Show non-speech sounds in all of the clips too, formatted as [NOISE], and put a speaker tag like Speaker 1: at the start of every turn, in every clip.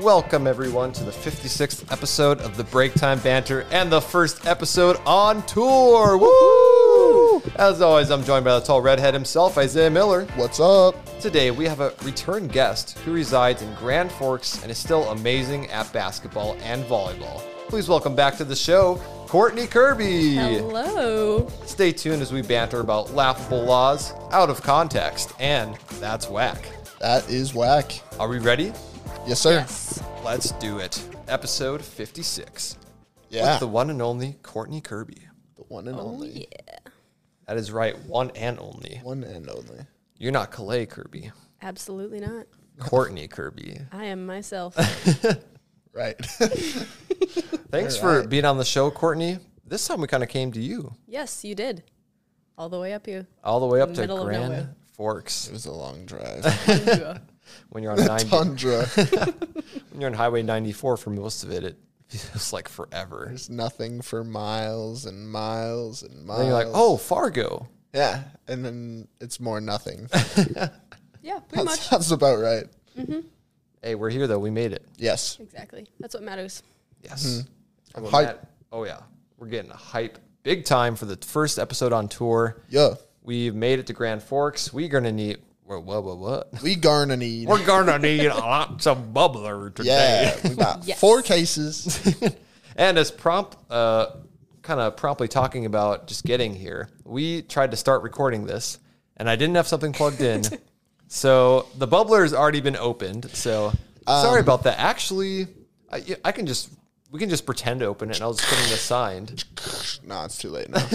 Speaker 1: Welcome, everyone, to the 56th episode of the Break Time Banter and the first episode on tour. Woo! As always, I'm joined by the tall redhead himself, Isaiah Miller.
Speaker 2: What's up?
Speaker 1: Today, we have a return guest who resides in Grand Forks and is still amazing at basketball and volleyball. Please welcome back to the show, Courtney Kirby.
Speaker 3: Hello.
Speaker 1: Stay tuned as we banter about laughable laws, out of context, and that's whack.
Speaker 2: That is whack.
Speaker 1: Are we ready?
Speaker 2: Yes, sir.
Speaker 3: Yes.
Speaker 1: Let's do it. Episode 56.
Speaker 2: Yeah.
Speaker 1: With the one and only Courtney Kirby.
Speaker 2: The one and
Speaker 3: Oh,
Speaker 2: only.
Speaker 3: yeah.
Speaker 1: That is right, one and only.
Speaker 2: One and only.
Speaker 1: You're not Calais Kirby,
Speaker 3: Absolutely not.
Speaker 1: Courtney Kirby.
Speaker 3: I
Speaker 1: [LAUGHS]
Speaker 3: am myself.
Speaker 2: Right. [LAUGHS]
Speaker 1: Thanks
Speaker 2: All right.
Speaker 1: for being on the show, Courtney. This time we kind of came to you,
Speaker 3: yes, you did. All the way
Speaker 1: [LAUGHS]
Speaker 3: up here.
Speaker 1: all the way up to
Speaker 3: Middle of
Speaker 1: Grand
Speaker 3: nowhere.
Speaker 1: Forks.
Speaker 2: it was a long [LAUGHS] drive.
Speaker 1: When you're on 90, when
Speaker 2: Tundra.
Speaker 1: you're on Highway 94 for most of it, it feels like forever.
Speaker 2: There's nothing for miles and miles and miles.
Speaker 1: And you're like, oh, Fargo.
Speaker 2: Yeah. And then it's more nothing.
Speaker 3: Yeah, pretty much.
Speaker 2: That sounds about right.
Speaker 1: Hey, we're here though. We made it.
Speaker 2: Yes.
Speaker 3: Exactly. That's what matters.
Speaker 1: Yes. And
Speaker 2: I'm
Speaker 1: with
Speaker 2: hype.
Speaker 1: that- oh yeah, we're getting hype big time for the first episode on tour.
Speaker 2: Yeah.
Speaker 1: We've made it to Grand Forks. We're gonna need whoa whoa whoa what?
Speaker 2: We garner need.
Speaker 1: We're gonna need a lot of bubbler today.
Speaker 2: Yeah. We got
Speaker 3: Yes.
Speaker 2: four cases. [LAUGHS]
Speaker 1: And as prompt, uh, kind of promptly talking about just getting here, we tried to start recording this, and I didn't have something plugged in, so the bubbler has already been opened. So sorry about that. Actually, I, yeah, I can just we can just pretend to open it, and I'll just put in the signed.
Speaker 2: no, it's too late now.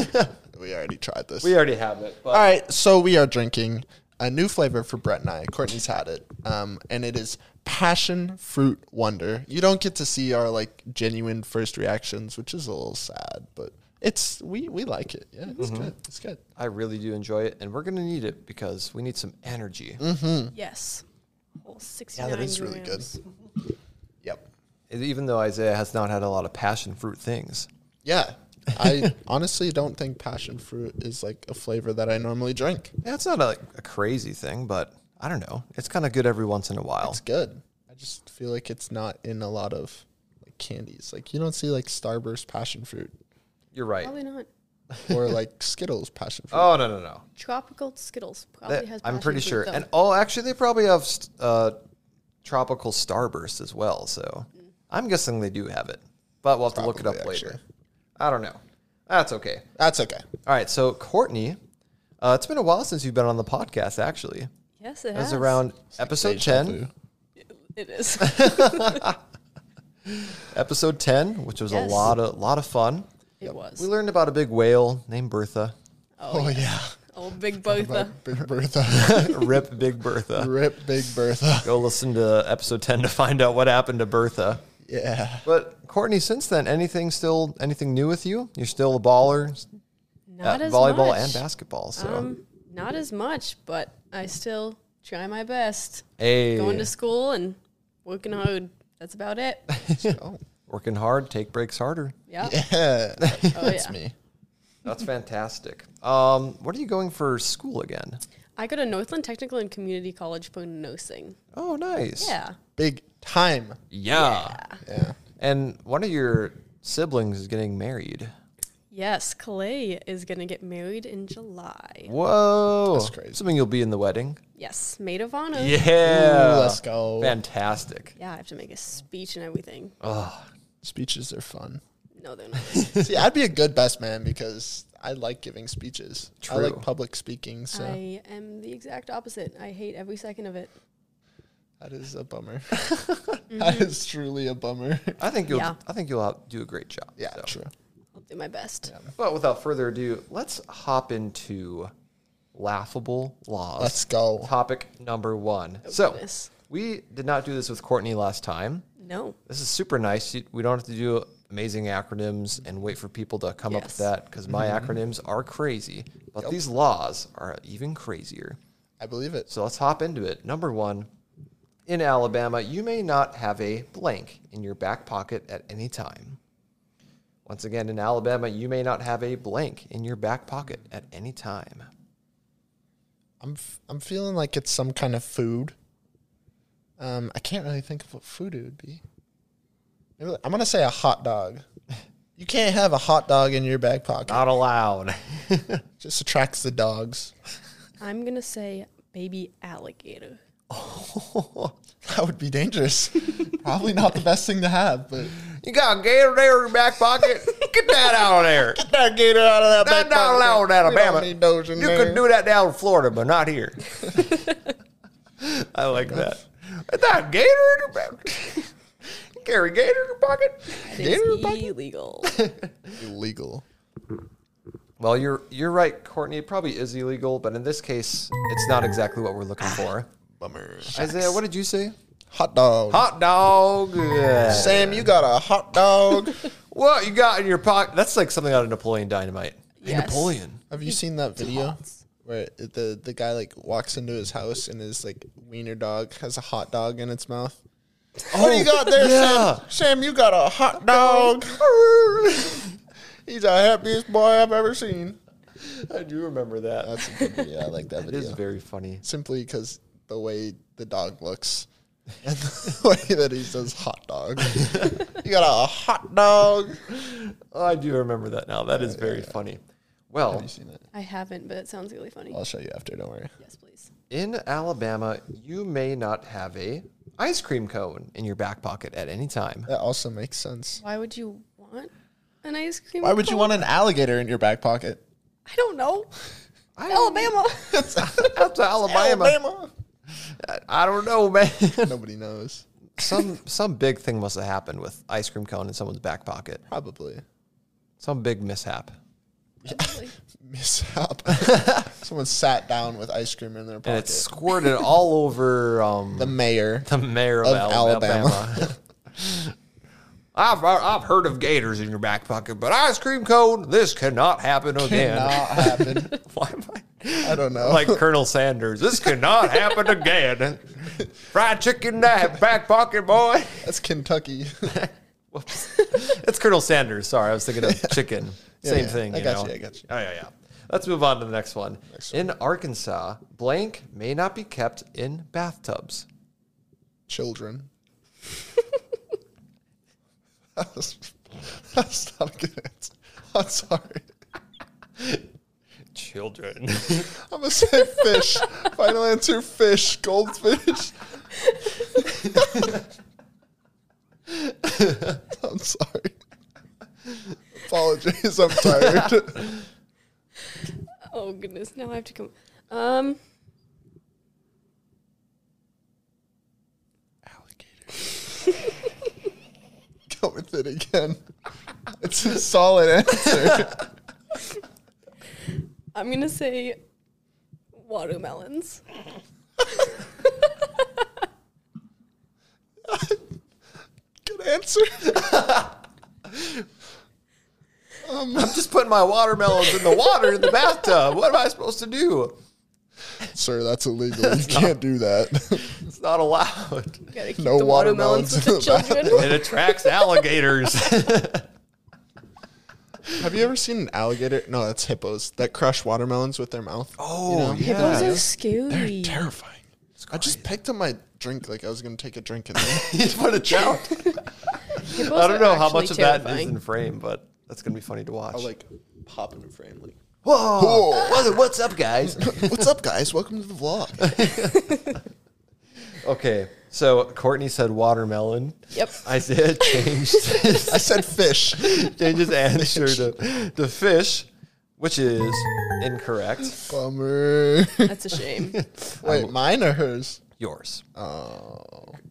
Speaker 2: we already tried this.
Speaker 1: We already have it. But
Speaker 2: All right, so we are drinking a new flavor for Brett and I. Courtney's had it, um, and it is passion fruit wonder. You don't get to see our like genuine first reactions, which is a little sad, but it's we we like it. Yeah, it's good. It's good.
Speaker 1: I really do enjoy it, and we're gonna need it because we need some energy.
Speaker 3: Yes. Whole 69
Speaker 2: Yeah, that is really good.
Speaker 3: grams.
Speaker 2: Yep.
Speaker 1: Even though Isaiah has not had a lot of passion fruit things.
Speaker 2: Yeah. [LAUGHS] I honestly don't think passion fruit is like a flavor that I normally drink.
Speaker 1: Yeah, it's not a, like a crazy thing, but I don't know. It's kind of good every once in a while.
Speaker 2: It's good. I just feel like it's not in a lot of like candies. Like you don't see like Starburst passion fruit
Speaker 1: You're right.
Speaker 3: Probably not.
Speaker 2: or [LAUGHS] like Skittles passion fruit.
Speaker 1: Oh no no no.
Speaker 3: Tropical Skittles probably
Speaker 1: That-
Speaker 3: has.
Speaker 1: I'm
Speaker 3: passion
Speaker 1: pretty
Speaker 3: fruit,
Speaker 1: sure.
Speaker 3: though.
Speaker 1: And oh, actually, they probably have st- uh, tropical starburst as well. So
Speaker 3: Mm.
Speaker 1: I'm guessing they do have it, but we'll have to look it up
Speaker 2: Probably,
Speaker 1: later.
Speaker 2: actually.
Speaker 1: I don't know. That's okay.
Speaker 2: That's okay.
Speaker 1: All right. So Courtney, uh, it's been a while since you've been on the podcast. Actually, it
Speaker 3: yes, it
Speaker 1: was
Speaker 3: has.
Speaker 1: around episode
Speaker 2: Deja
Speaker 1: ten.
Speaker 2: vu.
Speaker 1: [LAUGHS]
Speaker 3: It is.
Speaker 1: Episode ten, which was
Speaker 3: Yes.
Speaker 1: a lot of lot of fun.
Speaker 3: it
Speaker 1: We
Speaker 3: was.
Speaker 1: learned about a big whale named Bertha.
Speaker 2: Oh, yeah.
Speaker 3: Oh, Big Bertha.
Speaker 2: Big Bertha. [LAUGHS]
Speaker 1: [LAUGHS] Rip Big Bertha.
Speaker 2: Rip Big Bertha.
Speaker 1: Go listen to episode ten to find out what happened to Bertha.
Speaker 2: Yeah.
Speaker 1: But Courtney, since then, anything still anything new with you? You're still a baller
Speaker 3: Not
Speaker 1: at
Speaker 3: as
Speaker 1: volleyball
Speaker 3: much.
Speaker 1: and basketball. So
Speaker 3: Um, not as much, but I still try my best.
Speaker 1: hey,
Speaker 3: Going to school and working hard. That's
Speaker 1: [LAUGHS]
Speaker 3: about it.
Speaker 1: Oh, working hard, take breaks harder.
Speaker 3: Yep.
Speaker 2: Yeah.
Speaker 3: Oh,
Speaker 2: [LAUGHS] That's
Speaker 3: yeah.
Speaker 2: me.
Speaker 1: That's fantastic. Um, what are you going for school again?
Speaker 3: I go to Northland Technical and Community College for nursing.
Speaker 1: Oh, nice.
Speaker 3: Yeah.
Speaker 2: Big time.
Speaker 1: Yeah.
Speaker 2: Yeah.
Speaker 1: And one of your siblings is getting married.
Speaker 3: Yes, Clay is going to get married in July.
Speaker 1: Whoa.
Speaker 2: That's crazy.
Speaker 1: Something you'll be in the wedding.
Speaker 3: Yes, maid of honor.
Speaker 1: Yeah.
Speaker 2: Ooh, let's go.
Speaker 1: Fantastic.
Speaker 3: Yeah, I have to make a speech and everything.
Speaker 2: Speeches are fun. [LAUGHS]
Speaker 3: No, they're not.
Speaker 2: See, I'd be a good best man because I like giving speeches. I
Speaker 1: True.
Speaker 2: like public speaking, so
Speaker 3: I am the exact opposite. I hate every second of it.
Speaker 2: that is a
Speaker 3: [LAUGHS]
Speaker 2: bummer. [LAUGHS]
Speaker 3: Mm-hmm.
Speaker 2: That is truly a bummer.
Speaker 1: I think you'll
Speaker 3: Yeah.
Speaker 1: I think you'll out- do a great job.
Speaker 2: Yeah,
Speaker 1: so.
Speaker 2: true.
Speaker 3: I'll do my best.
Speaker 1: But without further ado, let's hop into laughable laws.
Speaker 2: Let's go.
Speaker 1: Topic number one. so,
Speaker 3: Oh, goodness.
Speaker 1: we did not do this with Courtney last time.
Speaker 3: No.
Speaker 1: This is super nice. You- We don't have to do amazing acronyms and wait for people to come up with
Speaker 3: Yes.
Speaker 1: that because my acronyms are crazy. But these laws are even crazier.
Speaker 2: I believe it.
Speaker 1: So let's hop into it. Number one, in Alabama, you may not have a blank in your back pocket at any time. Once again, in Alabama, you may not have a blank in your back pocket at any time.
Speaker 2: I'm f- I'm feeling like it's some kind of food. Um, I can't really think of what food it would be. Maybe, I'm gonna say a hot dog. [LAUGHS] You can't have a hot dog in your back pocket.
Speaker 1: Not allowed.
Speaker 2: just attracts the dogs.
Speaker 3: I'm gonna say baby alligator.
Speaker 2: [LAUGHS] That would be dangerous. [LAUGHS] Probably not the best thing to have, but
Speaker 1: you got a gator there in your back pocket? [LAUGHS] Get that out of there.
Speaker 2: that gator out of that
Speaker 1: That's not allowed in Alabama.
Speaker 2: those
Speaker 1: you could do that down in Florida, but not here. [LAUGHS] I like that. Is that a gator in your back? Carry gator in your pocket? Gator in your
Speaker 3: It's
Speaker 1: pocket?
Speaker 3: illegal.
Speaker 2: illegal.
Speaker 1: Well, you're you're right, Courtney. It probably is illegal, but in this case, it's not exactly what we're looking for.
Speaker 2: Bummer.
Speaker 1: Isaiah, what did you say?
Speaker 2: Hot dog.
Speaker 1: Hot dog.
Speaker 2: Sam, you got a hot [LAUGHS] dog.
Speaker 1: What you got in your pocket? That's like something out of Napoleon Dynamite. Hey,
Speaker 3: Yes.
Speaker 1: Napoleon.
Speaker 2: Have you seen that video where the the guy like walks into his house and his like wiener dog has a hot dog in its mouth? what do you got there,
Speaker 1: yeah.
Speaker 2: Sam? Sam, you got a [LAUGHS] hot dog. He's the happiest boy I've ever seen.
Speaker 1: [LAUGHS] I do remember that.
Speaker 2: That's a good video. I like [LAUGHS] that
Speaker 1: it
Speaker 2: video.
Speaker 1: is very funny.
Speaker 2: Simply because the way the dog looks and [LAUGHS] the way that he says hot [LAUGHS] dog. you got a hot dog.
Speaker 1: Oh, I do remember that now. That is very funny. Well,
Speaker 2: seen it?
Speaker 3: I haven't, but it sounds really funny.
Speaker 2: I'll show you after. Don't worry.
Speaker 3: Yes, please.
Speaker 1: in Alabama, you may not have a ice cream cone in your back pocket at any time.
Speaker 2: That also makes sense.
Speaker 3: Why would you want an ice cream?
Speaker 2: Why would you
Speaker 3: cone?
Speaker 2: want an alligator in your back pocket?
Speaker 3: I don't know.
Speaker 1: I don't-
Speaker 3: Alabama.
Speaker 1: [LAUGHS] That's Alabama. I- I don't know, man.
Speaker 2: Nobody knows.
Speaker 1: [LAUGHS] some some big thing must have happened with ice cream cone in someone's back pocket.
Speaker 2: Probably.
Speaker 1: Some big mishap.
Speaker 2: Mishap. [LAUGHS] Someone sat down with ice cream in their
Speaker 1: And
Speaker 2: pocket.
Speaker 1: it squirted [LAUGHS] all over um,
Speaker 2: the mayor.
Speaker 1: the mayor of,
Speaker 2: Of
Speaker 1: Alabama.
Speaker 2: Alabama.
Speaker 1: [LAUGHS] I've, I've heard of gators in your back pocket, but ice cream cone, this cannot happen again. [LAUGHS]
Speaker 2: Cannot happen.
Speaker 1: Why am I
Speaker 2: I don't know.
Speaker 1: like Colonel Sanders? This cannot happen again. [LAUGHS] Fried chicken in that back pocket, boy.
Speaker 2: [LAUGHS] That's Kentucky. [LAUGHS]
Speaker 1: Whoops. [LAUGHS] That's Colonel Sanders. Sorry, I was thinking of chicken.
Speaker 2: [LAUGHS] Yeah,
Speaker 1: Same
Speaker 2: yeah.
Speaker 1: thing.
Speaker 2: I
Speaker 1: you
Speaker 2: got
Speaker 1: know?
Speaker 2: you, I got you.
Speaker 1: Oh yeah, yeah. Let's move on to the next one. in Arkansas, blank may not be kept in bathtubs.
Speaker 2: Children. [LAUGHS] that was, that's not a good answer. I'm sorry.
Speaker 1: Children.
Speaker 2: I'm gonna say fish. Final answer: fish, goldfish. [LAUGHS] I'm sorry. Apologies. I'm tired.
Speaker 3: oh goodness. Now I have to come. Um.
Speaker 2: Alligator. [LAUGHS] Go with it again. It's a solid answer. [LAUGHS]
Speaker 3: I'm gonna say watermelons.
Speaker 2: Good answer.
Speaker 1: [LAUGHS] I'm just putting my watermelons in the water in the bathtub. What am I supposed to do?
Speaker 2: Sir, that's illegal. you can't do that.
Speaker 1: It's not allowed.
Speaker 3: You gotta keep
Speaker 2: No
Speaker 3: the watermelons,
Speaker 2: watermelons [LAUGHS]
Speaker 3: with the
Speaker 2: in the
Speaker 3: children.
Speaker 1: It attracts alligators.
Speaker 2: [LAUGHS] Have you ever seen an alligator? No, that's hippos that crush watermelons with their mouth.
Speaker 1: [LAUGHS] Oh,
Speaker 3: Those
Speaker 1: yeah.
Speaker 3: are scary.
Speaker 2: Terrifying. I just picked up my drink like I was gonna take a drink in there.
Speaker 1: [LAUGHS] You put it down.
Speaker 3: Hippos
Speaker 1: I don't
Speaker 3: are
Speaker 1: know how
Speaker 3: actually
Speaker 1: much of that is
Speaker 3: terrifying.
Speaker 1: in frame, but that's gonna be funny to watch.
Speaker 2: I'll like pop in a frame like
Speaker 1: Whoa!
Speaker 2: Whoa.
Speaker 1: What's- What's up, guys?
Speaker 2: [LAUGHS] What's up guys? Welcome to the vlog. [LAUGHS]
Speaker 1: okay, so Courtney said watermelon. [LAUGHS]
Speaker 3: Yep.
Speaker 1: Isaiah changed his,
Speaker 2: I said fish.
Speaker 1: changed his answer to, to fish, which is incorrect.
Speaker 2: Bummer.
Speaker 3: That's a shame.
Speaker 2: Wait, mine or hers?
Speaker 1: Yours.
Speaker 2: Uh,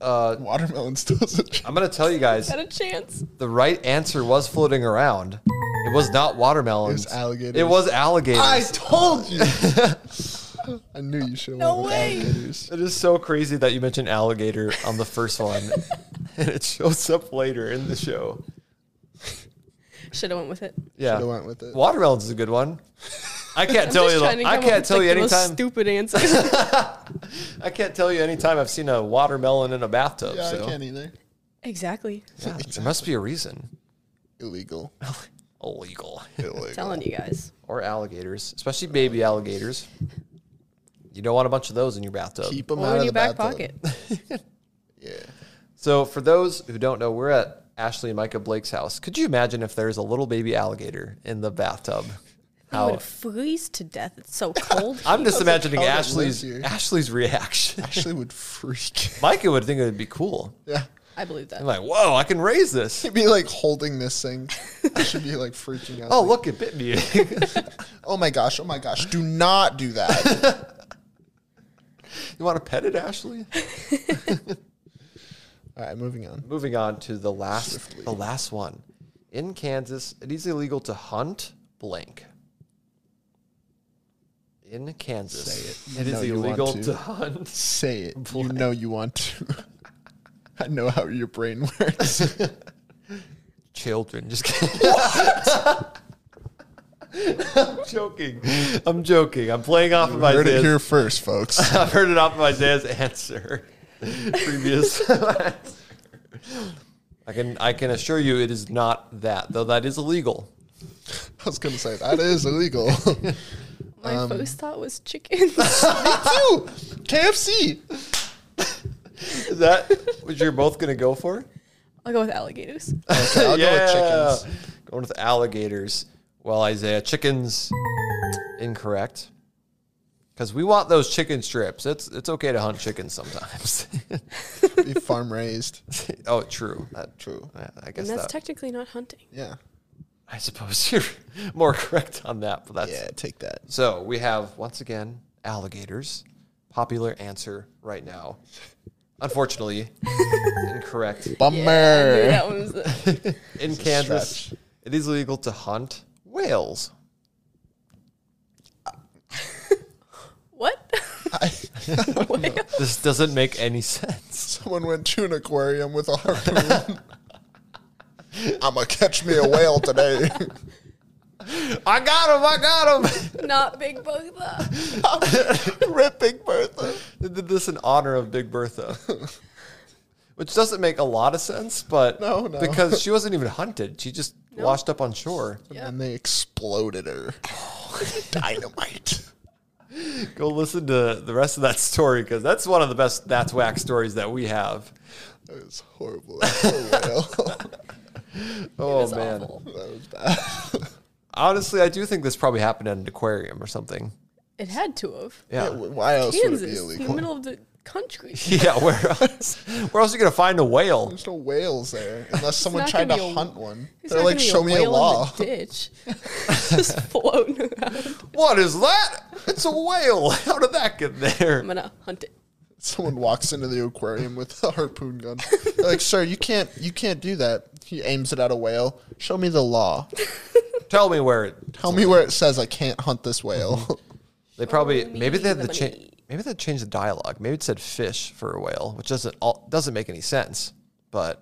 Speaker 1: Uh,
Speaker 2: Watermelon still doesn't
Speaker 1: I'm gonna tell you guys
Speaker 3: Got a chance.
Speaker 1: the right answer was floating around. It was not watermelon.
Speaker 2: It was alligators.
Speaker 1: It was alligators.
Speaker 2: I told you. I knew you should have
Speaker 3: No
Speaker 2: went with
Speaker 3: way.
Speaker 2: alligators.
Speaker 1: It is so crazy that you mentioned alligator on the first one, [LAUGHS] and it shows up later in the show.
Speaker 3: Should have went with it.
Speaker 1: Yeah,
Speaker 2: Should've went with it.
Speaker 1: Watermelons is a good one. I can't
Speaker 3: I'm
Speaker 1: tell
Speaker 3: just
Speaker 1: you.
Speaker 3: trying
Speaker 1: The,
Speaker 3: to
Speaker 1: I
Speaker 3: come up
Speaker 1: can't
Speaker 3: with,
Speaker 1: tell
Speaker 3: like,
Speaker 1: you
Speaker 3: the most
Speaker 1: anytime. [LAUGHS]
Speaker 3: Stupid answer.
Speaker 1: I can't tell you anytime I've seen a watermelon in a bathtub.
Speaker 2: Yeah,
Speaker 1: so
Speaker 2: I can't either.
Speaker 3: exactly.
Speaker 1: Yeah, there must be a reason.
Speaker 2: Illegal.
Speaker 1: [LAUGHS] Illegal
Speaker 2: Illegal.
Speaker 3: Telling you guys.
Speaker 1: or alligators, especially baby alligators. You don't want a bunch of those in your bathtub.
Speaker 2: Keep them
Speaker 3: Or
Speaker 2: out
Speaker 3: in
Speaker 2: of the
Speaker 3: your
Speaker 1: [LAUGHS]
Speaker 3: back
Speaker 2: bathtub.
Speaker 3: pocket.
Speaker 1: So, for those who don't know, we're at Ashley and Micah Blake's house. Could you imagine if there's a little baby alligator in the bathtub?
Speaker 3: I would freeze to death. It's so cold.
Speaker 1: [LAUGHS] I'm just imagining
Speaker 2: how they live
Speaker 1: Ashley's
Speaker 2: here.
Speaker 1: Ashley's reaction. [LAUGHS]
Speaker 2: Ashley would freak. [LAUGHS]
Speaker 1: Micah would think it would be cool.
Speaker 2: yeah.
Speaker 3: I believe that.
Speaker 1: I'm like, whoa, I can raise
Speaker 2: [LAUGHS]
Speaker 1: this.
Speaker 2: He'd be like holding this thing. I should be like freaking out.
Speaker 1: Oh,
Speaker 2: Like,
Speaker 1: look, it bit me. [LAUGHS] you
Speaker 2: oh my gosh. Oh my gosh. Do not do that. [LAUGHS]
Speaker 1: want to pet it, Ashley?
Speaker 2: All right, moving on.
Speaker 1: Moving on to the last,
Speaker 2: Swiftly.
Speaker 1: the last one. In Kansas, it is illegal to hunt blank. In Kansas,
Speaker 2: Say it.
Speaker 1: it
Speaker 2: You
Speaker 1: is
Speaker 2: know you want
Speaker 1: illegal
Speaker 2: to.
Speaker 1: to. hunt.
Speaker 2: Say it. You know you want to. [LAUGHS] I know how your brain
Speaker 3: [LAUGHS]
Speaker 2: works.
Speaker 1: Children, just kidding. [LAUGHS] I'm joking. I'm joking. I'm playing off of
Speaker 2: Heard it
Speaker 1: ideas.
Speaker 2: here first,
Speaker 3: [LAUGHS]
Speaker 2: folks.
Speaker 1: [LAUGHS] I've heard it off of Isaiah's answer. [LAUGHS] Previous. answer. I can I can assure you it is not that, though that is illegal.
Speaker 2: I was gonna say that is
Speaker 3: [LAUGHS]
Speaker 2: illegal.
Speaker 3: My
Speaker 2: um,
Speaker 3: first thought was chickens. [LAUGHS]
Speaker 2: Ew, KFC.
Speaker 1: Is [LAUGHS] that what you're both gonna go for?
Speaker 3: I'll go with alligators.
Speaker 2: Okay, I'll go with chickens.
Speaker 1: [LAUGHS] Going with alligators. Well, Isaiah, chickens incorrect. Because we want those chicken strips. It's it's okay to hunt
Speaker 2: [LAUGHS]
Speaker 1: chickens sometimes.
Speaker 2: Be farm raised.
Speaker 1: oh, true. That,
Speaker 2: Uh, True.
Speaker 1: yeah, I guess
Speaker 3: And that's
Speaker 1: that,
Speaker 3: technically not hunting.
Speaker 2: Yeah.
Speaker 1: I suppose you're [LAUGHS] more correct on that, but that's
Speaker 2: Yeah. Take that.
Speaker 1: So we have once again alligators. Popular answer right now.
Speaker 2: [LAUGHS]
Speaker 1: Unfortunately, incorrect.
Speaker 2: Bummer.
Speaker 3: Yeah, I knew that one was the-
Speaker 1: In Kansas,
Speaker 2: stretch.
Speaker 1: it is illegal to hunt whales.
Speaker 3: what? [LAUGHS] Whale?
Speaker 1: This doesn't make any [LAUGHS] sense.
Speaker 2: Someone went to an aquarium with a harpoon. I'm gonna catch me a whale today.
Speaker 1: I got him! I got him! [LAUGHS]
Speaker 3: Not Big Bertha.
Speaker 2: Rip Big Bertha.
Speaker 1: they did this in honor of Big Bertha, [LAUGHS] which doesn't make a lot of sense, but
Speaker 2: No, no.
Speaker 1: because she wasn't even hunted, she just washed up on shore.
Speaker 2: And then they exploded her. [SIGHS] Dynamite.
Speaker 1: Go listen to the rest of that story because that's one of the best that's whack stories that we have.
Speaker 2: That was horrible. That poor whale. [LAUGHS]
Speaker 1: Oh
Speaker 3: It's
Speaker 1: man.
Speaker 3: awful.
Speaker 2: that was bad.
Speaker 1: Honestly, I do think this probably happened at an aquarium or something.
Speaker 3: It had to have.
Speaker 1: [LAUGHS] Yeah.
Speaker 2: Yeah, Why else would it be
Speaker 3: Kansas, in the
Speaker 2: illegal?
Speaker 3: middle of the country.
Speaker 1: Yeah, where else? Where else are you gonna find a whale?
Speaker 2: There's no whales there unless someone
Speaker 3: not
Speaker 2: tried to
Speaker 3: gonna be a-
Speaker 2: hunt one.
Speaker 3: There's
Speaker 2: They're
Speaker 3: not
Speaker 2: like,
Speaker 3: gonna be
Speaker 2: show me a
Speaker 3: whale
Speaker 2: [LAUGHS]
Speaker 3: in
Speaker 2: law.
Speaker 3: the ditch, just floating around.
Speaker 1: What is that? It's a whale. [LAUGHS] How did that get there?
Speaker 3: I'm gonna hunt it.
Speaker 2: Someone walks into the aquarium with a harpoon gun. They're like, sir, you can't, you can't do that. He aims it at a whale. Show me the law.
Speaker 1: Tell me where it.
Speaker 2: Tell me where it says I can't hunt this whale. [LAUGHS]
Speaker 1: They probably
Speaker 3: me
Speaker 1: maybe they had
Speaker 3: the
Speaker 1: the cha-
Speaker 3: money.
Speaker 1: maybe they changed the dialogue. Maybe it said fish for a whale, which doesn't all doesn't make any sense. But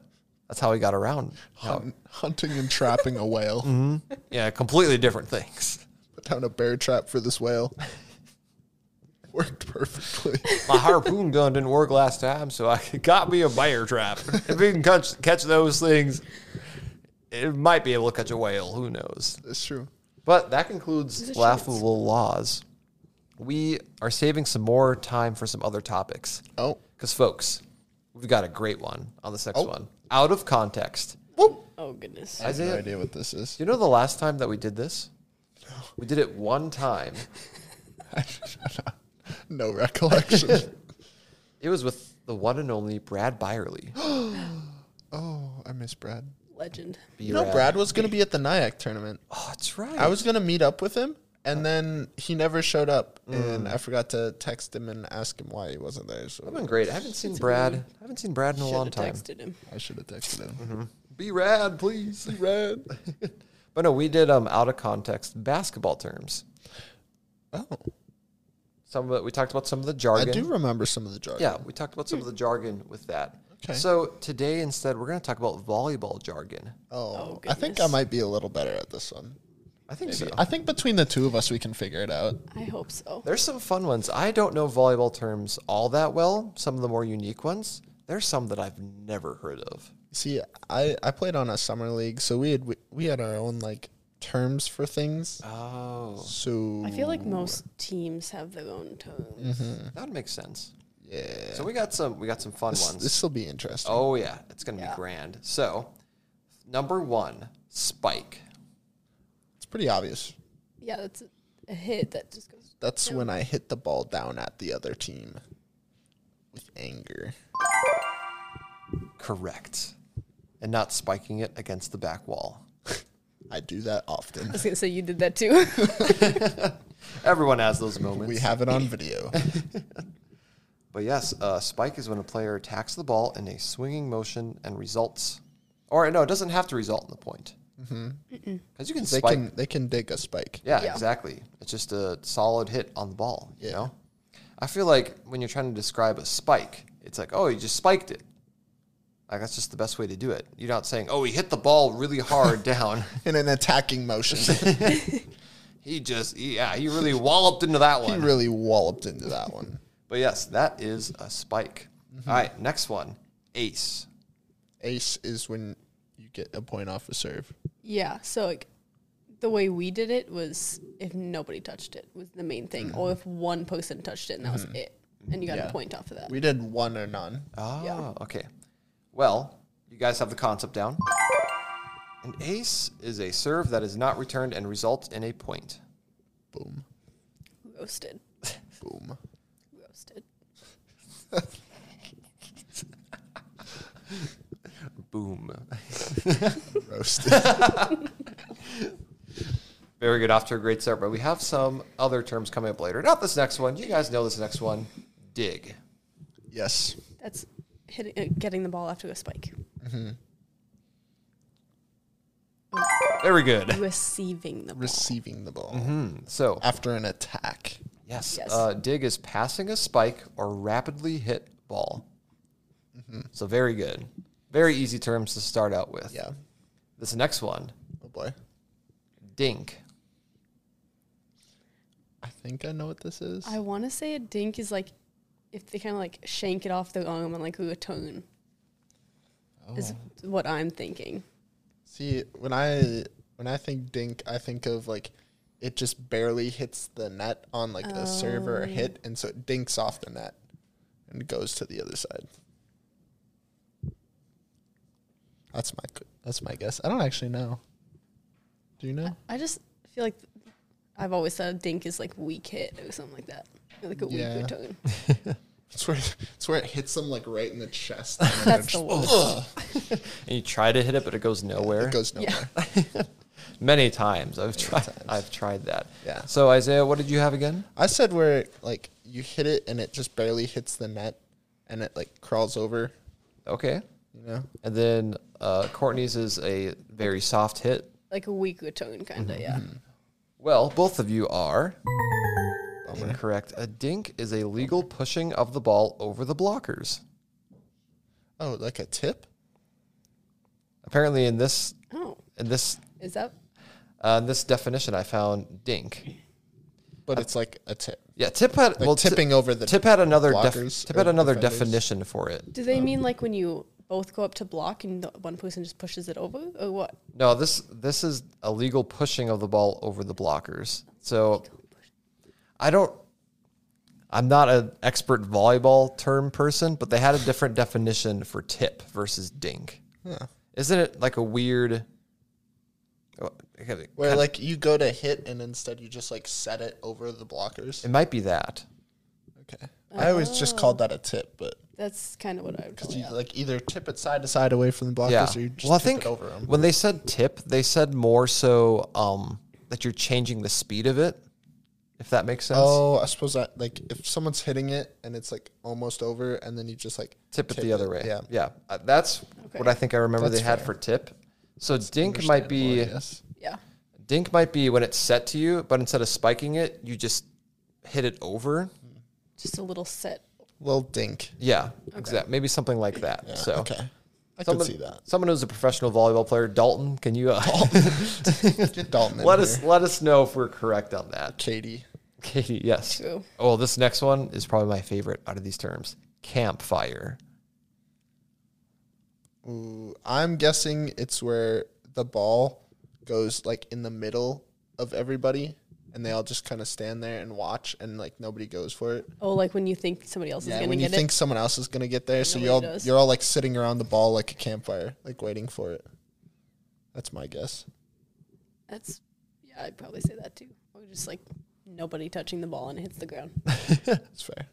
Speaker 1: that's how he got around. How-
Speaker 2: Hunt- hunting and trapping a whale.
Speaker 1: yeah, completely different things. [LAUGHS]
Speaker 2: Put down a bear trap for this whale. [LAUGHS] Worked perfectly.
Speaker 1: My harpoon gun didn't work last time, so I [LAUGHS] got me a bear trap. If we can catch catch those things, it might be able to catch a whale. Who knows?
Speaker 2: That's true.
Speaker 1: But that concludes
Speaker 3: There's a
Speaker 1: laughable laws. We are saving some more time for some other topics.
Speaker 2: Oh,
Speaker 1: Because, folks, we've got a great one on this next one. Out of context.
Speaker 2: Whoop.
Speaker 3: Oh goodness.
Speaker 2: Oh. I have no
Speaker 1: Isaiah-
Speaker 2: idea what this is.
Speaker 1: Do you know the last time that we did this? We did it one time.
Speaker 2: No recollection. [LAUGHS]
Speaker 1: It was with the one and only Brad
Speaker 2: [GASPS]
Speaker 1: Byerly.
Speaker 2: oh, I miss Brad.
Speaker 3: Legend.
Speaker 2: You know, Brad was going to be at the NIAC tournament.
Speaker 1: Oh, that's right.
Speaker 2: I was going to meet up with him, and then he never showed up. And I forgot to text him and ask him why he wasn't there.
Speaker 1: I've
Speaker 2: So
Speaker 1: been great. I haven't seen Brad. I haven't seen Brad in a long
Speaker 3: Should have
Speaker 1: time.
Speaker 3: texted him.
Speaker 2: I should have texted him.
Speaker 1: Be rad, please. Be rad.
Speaker 2: [LAUGHS]
Speaker 1: but no, we did um out of context basketball terms.
Speaker 2: Oh,
Speaker 1: Some of it, we talked about some of the
Speaker 2: I
Speaker 1: jargon.
Speaker 2: do remember some of the jargon.
Speaker 1: Yeah, we talked about some of the jargon with that.
Speaker 2: Okay.
Speaker 1: So today instead we're going to talk about volleyball jargon.
Speaker 2: Oh,
Speaker 3: Oh,
Speaker 2: I think I
Speaker 3: goodness.
Speaker 2: might be a little better at this one.
Speaker 1: I think so.
Speaker 2: I think between the two of us, we can figure it out.
Speaker 3: I hope so.
Speaker 1: There's some fun ones. I don't know volleyball terms all that well. Some of the more unique ones. There's some that I've never heard of.
Speaker 2: See, I, I played on a summer league, so we had we, we had our own like terms for things.
Speaker 1: Oh,
Speaker 2: So
Speaker 3: I feel like most teams have their own terms.
Speaker 1: Mm-hmm. that makes sense.
Speaker 2: Yeah.
Speaker 1: So we got some we got some fun
Speaker 2: This,
Speaker 1: ones.
Speaker 2: this will be interesting.
Speaker 1: oh yeah, it's gonna
Speaker 3: Yeah.
Speaker 1: be grand. So number one, Spike.
Speaker 2: It's pretty obvious.
Speaker 3: Yeah, that's a, a hit that just goes.
Speaker 2: That's when I hit the ball down at the other team with anger.
Speaker 1: Correct. And not spiking it against the back wall.
Speaker 2: I do that
Speaker 3: I
Speaker 2: often.
Speaker 1: [LAUGHS]
Speaker 3: was gonna say you did that too. [LAUGHS]
Speaker 1: Everyone has
Speaker 2: [LAUGHS]
Speaker 1: those
Speaker 2: We
Speaker 1: moments.
Speaker 2: have it on
Speaker 1: [LAUGHS]
Speaker 2: video.
Speaker 1: but yes, uh, spike is when a player attacks the ball in a swinging motion and results, or no, it doesn't have to result in the point. Because you
Speaker 2: Mm-hmm. They
Speaker 1: can spike.
Speaker 2: can they can dig a spike.
Speaker 1: yeah,
Speaker 3: Yeah.
Speaker 1: exactly. It's just a solid hit on the ball. You
Speaker 2: Yeah.
Speaker 1: know, I feel like when you're trying to describe a spike, it's like, oh, he just spiked it. Like that's just the best way to do it. You're not saying, oh, he hit the ball really hard [LAUGHS] down.
Speaker 2: In an attacking
Speaker 1: [LAUGHS]
Speaker 2: motion.
Speaker 1: He just, yeah, he really walloped into that
Speaker 2: he [LAUGHS]
Speaker 1: one.
Speaker 2: really walloped into that one.
Speaker 1: But yes, that is a spike. All right, next one, ace.
Speaker 2: Ace is when you get a point off a serve.
Speaker 3: yeah, so like the way we did it was if nobody touched it was the main thing, or if one person touched it and that was it, and you got
Speaker 2: Mm-hmm. Yeah.
Speaker 3: a point off of that.
Speaker 2: We did one or none.
Speaker 1: Oh,
Speaker 3: Yeah.
Speaker 1: okay. Well, you guys have the concept down. An ace is a serve that is not returned and results in a point.
Speaker 2: Boom.
Speaker 3: roasted,
Speaker 2: Boom.
Speaker 3: roasted.
Speaker 1: Boom.
Speaker 2: Roasted.
Speaker 1: Very good, off to a great start. But we have some other terms coming up later. Not this next one. You guys know this next one. Dig.
Speaker 2: yes.
Speaker 3: That's hitting, uh, getting the ball after a spike.
Speaker 1: Very good.
Speaker 3: Receiving the ball.
Speaker 2: Receiving the ball
Speaker 1: Mm-hmm. Hmm. So
Speaker 2: after an attack.
Speaker 1: Yes.
Speaker 3: Yes.
Speaker 1: Uh, dig is passing a spike or rapidly hit ball.
Speaker 2: Mm-hmm.
Speaker 1: So very good. Very easy terms to start out with.
Speaker 2: Yeah.
Speaker 1: This next one,
Speaker 2: Oh boy.
Speaker 1: dink.
Speaker 2: I think I know what this is.
Speaker 3: I want to say a dink is like if they kind of like shank it off the arm and like do a tone. Is
Speaker 2: Oh.
Speaker 3: what I'm thinking.
Speaker 2: See, when I when I think dink, I think of like it just barely hits the net on like a serve
Speaker 3: Oh.
Speaker 2: or a hit, and so it dinks off the net and goes to the other side. That's my c- that's my guess. I don't actually know. Do you know?
Speaker 3: I just feel like I've always thought a dink is like weak hit or something like that. Like a
Speaker 2: Yeah. [LAUGHS]
Speaker 3: weak tone.
Speaker 2: It's where it's where it hits them like right in the chest. and then
Speaker 3: [LAUGHS] That's
Speaker 2: it
Speaker 3: the
Speaker 2: just-
Speaker 3: worst.
Speaker 1: And you try to hit it, but it goes nowhere.
Speaker 2: It goes nowhere.
Speaker 1: Many times. I've tried.
Speaker 2: times.
Speaker 1: I've tried that.
Speaker 2: Yeah.
Speaker 1: So Isaiah, what did you have again?
Speaker 2: I said where like you hit it and it just barely hits the net, and it like crawls over.
Speaker 1: Okay.
Speaker 2: You know.
Speaker 1: And then uh, Courtney's is a very soft hit.
Speaker 3: Like a weak tone kind of, yeah.
Speaker 2: Mm-hmm.
Speaker 1: Well, both of you are
Speaker 2: Bummer.
Speaker 1: incorrect. A dink is a legal pushing of the ball over the blockers.
Speaker 2: Oh, like a tip?
Speaker 1: Apparently, in this
Speaker 3: Oh,
Speaker 1: in this
Speaker 3: is that?
Speaker 1: Uh, this definition I found dink.
Speaker 2: But it's like a tip.
Speaker 1: Yeah, tip had
Speaker 2: Like
Speaker 1: Uh, well ti-
Speaker 2: tipping over the
Speaker 1: Tip had another def-
Speaker 2: blockers
Speaker 1: tip
Speaker 2: or
Speaker 1: had another
Speaker 2: defenders.
Speaker 1: definition for it.
Speaker 3: Do they mean like when you both go up to block and the one person just pushes it over or what?
Speaker 1: No, this this is illegal pushing of the ball over the blockers. So I don't. I'm not an expert volleyball term person, but they had a different definition for tip versus dink. Isn't it like a weird? oh, okay,
Speaker 2: Where like you go to hit and instead you just like set it over the blockers.
Speaker 1: It might be that.
Speaker 2: Okay. I always just called that a tip, but
Speaker 3: That's kind of what I would call
Speaker 2: because
Speaker 3: it.
Speaker 2: you
Speaker 3: yeah.
Speaker 2: like either tip it side to side away from the blockers
Speaker 1: Oh. Yeah.
Speaker 2: or you just
Speaker 1: Well, I
Speaker 2: tip
Speaker 1: think
Speaker 2: it over them.
Speaker 1: when they said tip, they said more so um, that you're changing the speed of it, if that makes sense.
Speaker 2: Oh, I suppose that like if someone's hitting it and it's like almost over and then you just like
Speaker 1: tip, it the other way.
Speaker 2: Yeah.
Speaker 1: Yeah. Uh, that's what I think I remember
Speaker 2: That's
Speaker 1: they had
Speaker 2: fair.
Speaker 1: for tip. So dink might be
Speaker 2: yes.
Speaker 3: Yeah.
Speaker 1: dink might be when it's set to you, but instead of spiking it, you just hit it over.
Speaker 2: Mm-hmm.
Speaker 3: Just a little set.
Speaker 2: Little dink.
Speaker 1: Yeah. Exactly. Maybe something like that.
Speaker 2: Yeah,
Speaker 1: so
Speaker 2: okay. I can
Speaker 1: someone,
Speaker 2: see that.
Speaker 1: someone who's a professional volleyball player, Dalton, can you uh,
Speaker 2: Get Dalton in
Speaker 1: [LAUGHS] let
Speaker 2: here.
Speaker 1: us let us know if we're correct on that. [LAUGHS]
Speaker 2: Katie.
Speaker 1: Katie, yes.
Speaker 3: True.
Speaker 1: Oh, well, this next one is probably my favorite out of these terms. Campfire.
Speaker 2: Ooh, I'm guessing it's where the ball goes like in the middle of everybody, and they all just kind of stand there and watch, and like nobody goes for it.
Speaker 3: Oh, like when you think somebody else is
Speaker 2: Yeah,
Speaker 3: gonna
Speaker 2: when you
Speaker 3: get
Speaker 2: think someone else is gonna get there, so you all
Speaker 3: Nobody does.
Speaker 2: you're all like sitting around the ball like a campfire, like waiting for it. That's my guess.
Speaker 3: it. That's yeah, I'd probably say that too. Or just like nobody touching the ball and it hits
Speaker 2: [LAUGHS]
Speaker 3: the ground.
Speaker 2: That's fair.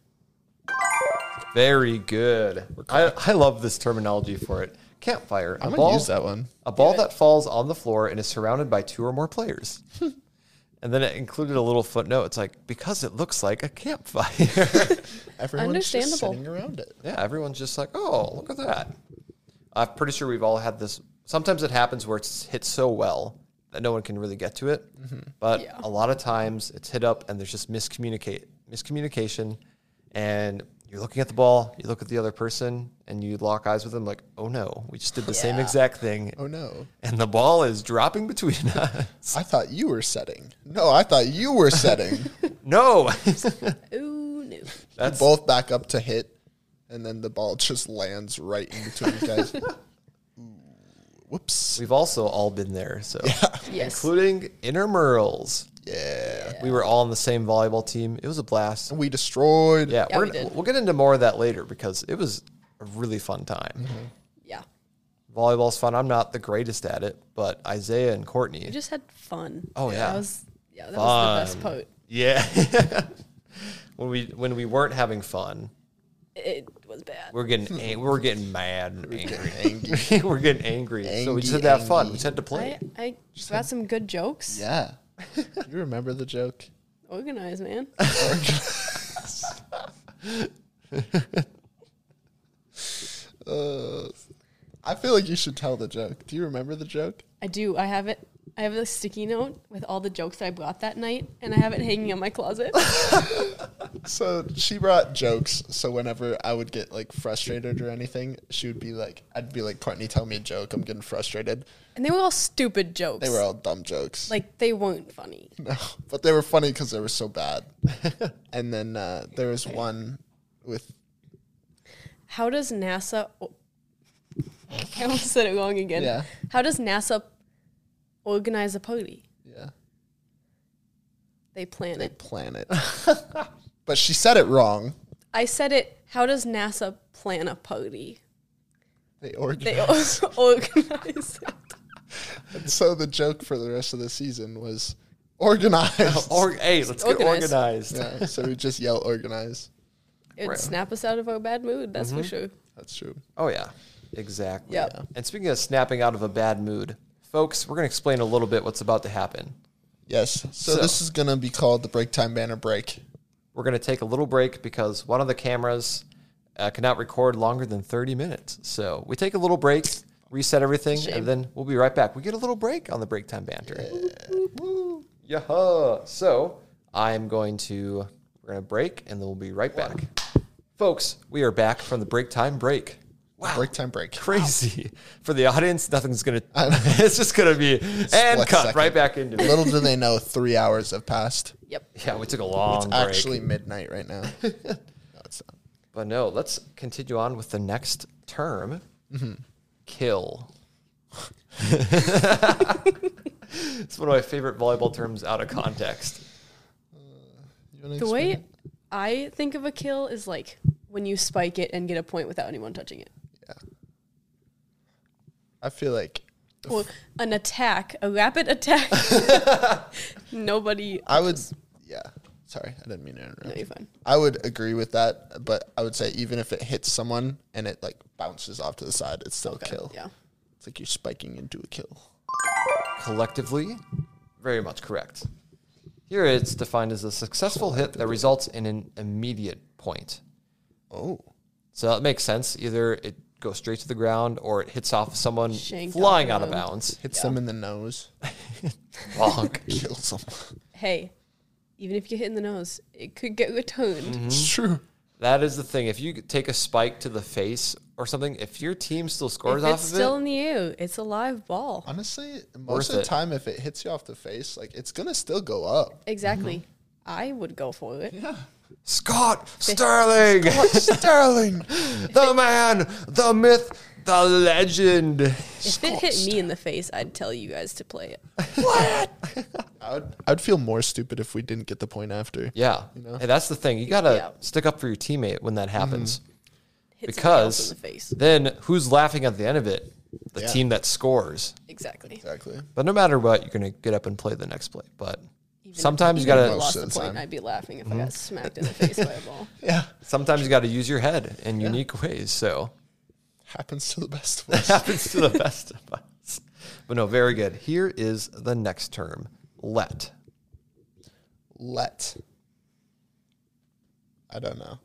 Speaker 1: Very good. I, I love this terminology for it. Campfire.
Speaker 2: I'm
Speaker 1: a
Speaker 2: gonna
Speaker 1: ball,
Speaker 2: use that one.
Speaker 1: A ball
Speaker 3: it.
Speaker 1: that falls on the floor and is surrounded by two or more
Speaker 3: [LAUGHS]
Speaker 1: players. and then it included a little footnote. It's like, because it looks like a campfire.
Speaker 3: [LAUGHS]
Speaker 2: Everyone's just
Speaker 3: Understandable.
Speaker 2: sitting around it.
Speaker 1: yeah, everyone's just like, oh, look at that. I'm pretty sure we've all had this. Sometimes it happens where it's hit so well that no one can really get to it. But
Speaker 3: Mm-hmm. Yeah.
Speaker 1: a lot of times it's hit up and there's just miscommunicate miscommunication, and you're looking at the ball, you look at the other person, and you lock eyes with them like, oh no, we just did the same exact thing,
Speaker 2: Oh no.
Speaker 1: and the ball is dropping between [LAUGHS] us.
Speaker 2: I thought you were setting. No, I thought you were setting.
Speaker 3: [LAUGHS]
Speaker 1: no, [LAUGHS]
Speaker 3: Oh no.
Speaker 1: that's
Speaker 2: Both back up to hit, and then the ball [LAUGHS] just lands right in between you guys. Ooh, [LAUGHS] Whoops.
Speaker 1: we've also all been there. So.
Speaker 3: Yes.
Speaker 1: Including intramurals.
Speaker 2: Yeah.
Speaker 1: We were all on the same volleyball team. It was a blast.
Speaker 2: We destroyed.
Speaker 1: Yeah,
Speaker 3: Yeah,
Speaker 1: we're
Speaker 3: we
Speaker 1: gonna,
Speaker 3: did.
Speaker 1: we'll get into more of that later because it was a really fun time.
Speaker 3: Yeah.
Speaker 1: Volleyball's fun. I'm not the greatest at it, but Isaiah and
Speaker 3: We
Speaker 1: Courtney.
Speaker 3: just had fun.
Speaker 1: Oh, yeah.
Speaker 3: That was yeah, that was the best
Speaker 1: Fun.
Speaker 3: part.
Speaker 1: Yeah. [LAUGHS] when we when we weren't having fun,
Speaker 3: It was bad.
Speaker 1: we are
Speaker 3: [LAUGHS]
Speaker 1: getting ang- we were getting mad and angry. [LAUGHS]
Speaker 2: Angie.
Speaker 1: we were getting angry. so we just had
Speaker 2: Angy,
Speaker 1: to have fun. We
Speaker 2: angy.
Speaker 1: just had to play.
Speaker 3: I, I got some good jokes.
Speaker 2: [LAUGHS] Yeah. you remember the joke?
Speaker 3: Organized, man.
Speaker 2: Uh, I feel like you should tell the joke. Do you remember the joke?
Speaker 3: I do. I have it. I have a sticky note with all the jokes that I brought that night, and I have it hanging in my closet.
Speaker 2: So she brought jokes. So whenever I would get like frustrated or anything, she would be like, I'd be like, Courtney, tell me a joke. I'm getting frustrated.
Speaker 3: [LAUGHS] and they were all stupid jokes.
Speaker 2: They were all dumb jokes.
Speaker 3: like they weren't funny.
Speaker 2: No, [LAUGHS] but they were funny because they were so bad. [LAUGHS] and then uh, there was one with
Speaker 3: How does NASA? o- [LAUGHS] I almost said it wrong again.
Speaker 2: Yeah.
Speaker 3: How does NASA organize a party?
Speaker 2: yeah,
Speaker 3: They plan
Speaker 2: they
Speaker 3: it.
Speaker 2: plan it. [LAUGHS] but she said it wrong.
Speaker 3: I said it. How does NASA plan a party?
Speaker 2: They [LAUGHS]
Speaker 3: They [LAUGHS]
Speaker 2: organized.
Speaker 3: also organize
Speaker 2: [LAUGHS]
Speaker 3: it.
Speaker 2: so the joke for the rest of the season was organized.
Speaker 1: [LAUGHS] Or, hey, let's get
Speaker 3: Organized.
Speaker 2: [LAUGHS]
Speaker 1: organized.
Speaker 2: yeah, so we just yell organize.
Speaker 3: It'd
Speaker 1: Right.
Speaker 3: snap us out of our bad mood. That's
Speaker 2: Mm-hmm.
Speaker 3: for sure.
Speaker 2: That's true.
Speaker 1: Oh yeah, exactly.
Speaker 3: Yep. Yeah.
Speaker 1: And speaking of snapping out of a bad mood, folks, we're gonna explain a little bit what's about to happen.
Speaker 2: Yes. So,
Speaker 1: So-
Speaker 2: this is gonna be called the break time banner break.
Speaker 1: We're gonna take a little break because one of the cameras uh, cannot record longer than thirty minutes. So we take a little break, reset everything, and then we'll be right back. We get a little break on the break time banter. Yeah. So I'm going to we're gonna break and then we'll be right back, folks. We are back from the break time break. Wow.
Speaker 2: Break time break.
Speaker 1: crazy for the audience. Nothing's gonna. [LAUGHS] it's just gonna be and
Speaker 2: split
Speaker 1: cut
Speaker 2: second.
Speaker 1: right back into
Speaker 2: [LAUGHS]
Speaker 1: it.
Speaker 2: Little do they know, three hours have passed.
Speaker 3: Yep.
Speaker 1: Yeah, we took a long break.
Speaker 2: Actually, midnight right now. [LAUGHS] uh, no, it's not.
Speaker 1: but no, let's continue on with the next term.
Speaker 2: Mm-hmm. [LAUGHS]
Speaker 1: Kill. it's one of my favorite volleyball terms out of context.
Speaker 2: You wanna
Speaker 3: The
Speaker 2: explain
Speaker 3: way
Speaker 2: it?
Speaker 3: I think of a kill is like when you spike it and get a point without anyone touching it.
Speaker 2: I feel like
Speaker 3: Or an attack, a
Speaker 2: [LAUGHS]
Speaker 3: rapid attack. Nobody.
Speaker 2: I would. Yeah. Sorry, I didn't mean to interrupt.
Speaker 3: No, you're fine.
Speaker 2: I would agree with that, but I would say even if it hits someone and it like bounces off to the side, it's still a kill.
Speaker 3: Yeah.
Speaker 2: It's like you're spiking into a kill.
Speaker 1: collectively, very much correct. Here it's defined as a successful hit that results in an immediate point.
Speaker 2: Oh.
Speaker 1: So that makes sense. Either it goes straight to the ground or it hits off someone
Speaker 3: Shanked
Speaker 1: flying
Speaker 3: off
Speaker 1: out
Speaker 3: the
Speaker 1: of
Speaker 3: ground.
Speaker 1: bounds. [LAUGHS]
Speaker 2: Hits them in the [LAUGHS] nose.
Speaker 1: Bonk.
Speaker 2: Kills them.
Speaker 3: Hey, even if you get hit in the nose, it could get returned.
Speaker 2: It's true.
Speaker 1: that is the thing. If you take a spike to the face or something, if your team still scores
Speaker 3: If
Speaker 1: off
Speaker 3: it's
Speaker 1: of
Speaker 3: still
Speaker 1: it,
Speaker 3: in the air, it's a live ball.
Speaker 2: Honestly, most
Speaker 1: Worth
Speaker 2: of the
Speaker 1: it.
Speaker 2: time if it hits you off the face, like it's gonna still go up.
Speaker 3: Exactly.
Speaker 2: Mm-hmm.
Speaker 3: I would go for it. [LAUGHS]
Speaker 1: Scott Sterling, [LAUGHS]
Speaker 2: Sterling.
Speaker 1: the man, the myth, the legend.
Speaker 3: [LAUGHS] If it hit me in the face, I'd tell you guys to play it.
Speaker 2: What? I would, I would feel more stupid if we didn't get the point after.
Speaker 1: Yeah. Hey, that's the thing. You got to
Speaker 3: Yeah. Mm-hmm.
Speaker 1: stick up for your teammate when that happens.
Speaker 3: Hit somebody else
Speaker 1: Because
Speaker 3: in the face.
Speaker 1: then who's laughing at the end of it? The
Speaker 2: Yeah.
Speaker 1: team that scores.
Speaker 3: Exactly.
Speaker 2: Exactly.
Speaker 1: But no matter what, you're going to get up and play the next play. But
Speaker 3: Even if-
Speaker 1: sometimes you
Speaker 3: even if I
Speaker 1: got to
Speaker 3: lost the
Speaker 2: Most of the
Speaker 3: point.
Speaker 2: time. Mm-hmm.
Speaker 3: I'd be laughing if I got smacked in the face by a ball.
Speaker 2: Yeah.
Speaker 1: sometimes you got to use your head in unique ways. So [LAUGHS]
Speaker 2: Happens to the [LAUGHS] best of us.
Speaker 1: happens to the best of us. But no, very good. Here is the next term. Let.
Speaker 2: Let. I don't know.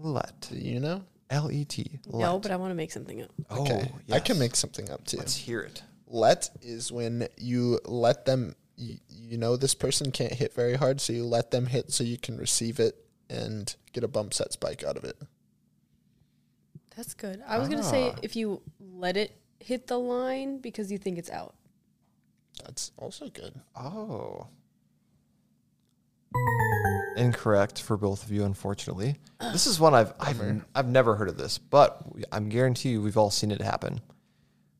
Speaker 1: Let.
Speaker 2: Do you know?
Speaker 1: L E T. Let.
Speaker 3: No, but I want to make something up.
Speaker 1: oh,
Speaker 2: Okay. I
Speaker 1: yes.
Speaker 2: can make something up too.
Speaker 1: Let's hear it.
Speaker 2: Let is when you let them, you, you know, this person can't hit very hard, so you let them hit so you can receive it and get a bump set spike out of it.
Speaker 3: That's good. I was gonna say
Speaker 1: Ah.
Speaker 3: if you let it hit the line because you think it's out.
Speaker 2: That's also good.
Speaker 1: Oh. Incorrect for both of you, unfortunately. This is one I've I've, I've never heard of this, but we- I'm guarantee you we've all seen it happen.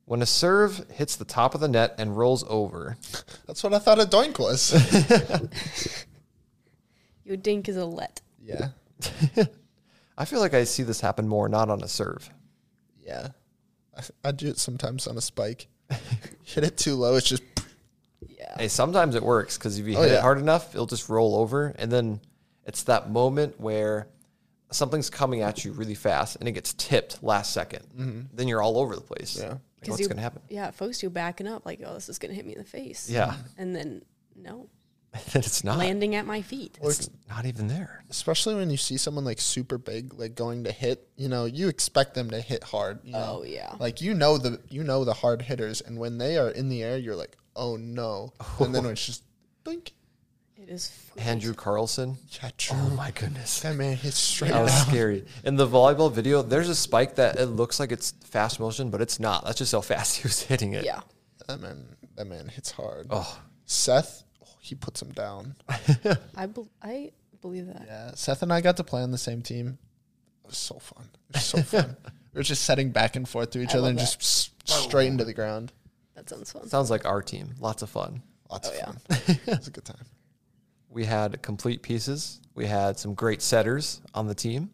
Speaker 1: When a serve hits the top of the net and rolls over,
Speaker 2: That's what I thought a doink
Speaker 1: [LAUGHS]
Speaker 2: was.
Speaker 3: Your dink is a let.
Speaker 2: yeah.
Speaker 1: I feel like I see this happen more not on a serve.
Speaker 2: Yeah. I, I do it sometimes on a spike. [LAUGHS] hit it too low, it's just.
Speaker 3: Yeah.
Speaker 1: Hey, sometimes it works because if you
Speaker 2: Oh,
Speaker 1: hit it
Speaker 2: yeah.
Speaker 1: hard enough, it'll just roll over, and then it's that moment where something's coming at you really fast and it gets tipped last 2nd Then you're all over the place.
Speaker 2: Mm-hmm. Yeah.
Speaker 1: Like,
Speaker 3: 'Cause
Speaker 1: what's
Speaker 3: you-
Speaker 1: gonna happen?
Speaker 3: Yeah, at first you're backing up like, oh, this is gonna hit me in the face.
Speaker 1: Yeah, Ah.
Speaker 3: And then no,
Speaker 1: [LAUGHS] then it's not.
Speaker 3: landing at my feet.
Speaker 1: It's not even there.
Speaker 2: Especially when you see someone like super big, like going to hit, you know, you expect them to hit hard. You know?
Speaker 3: Oh yeah.
Speaker 2: Like you know the you know the hard hitters, and when they are in the air, you're like, oh no, and then it's just blink.
Speaker 3: It is. F-
Speaker 1: Andrew Carlson.
Speaker 2: Yeah, true.
Speaker 1: Oh my goodness.
Speaker 2: That man hits straight.
Speaker 1: [LAUGHS] That was
Speaker 2: down.
Speaker 1: scary. In the volleyball video, there's a spike that it looks like it's fast motion, but it's not. That's just how fast [LAUGHS] he was hitting it.
Speaker 3: yeah.
Speaker 2: That man, that man hits hard.
Speaker 1: Oh.
Speaker 2: Seth, oh, he puts him down.
Speaker 3: I bel I believe that.
Speaker 2: Yeah, Seth and I got to play on the same team. It was so fun. It was so fun. [LAUGHS] we were just setting back and forth to each
Speaker 3: I
Speaker 2: other
Speaker 3: love
Speaker 2: and just s- straight into the ground.
Speaker 3: That sounds fun.
Speaker 1: Sounds like our team. Lots of fun.
Speaker 2: Lots
Speaker 3: Oh,
Speaker 2: of
Speaker 3: yeah.
Speaker 2: fun. it was a good [LAUGHS] time.
Speaker 1: We had complete pieces. We had some great setters on the team.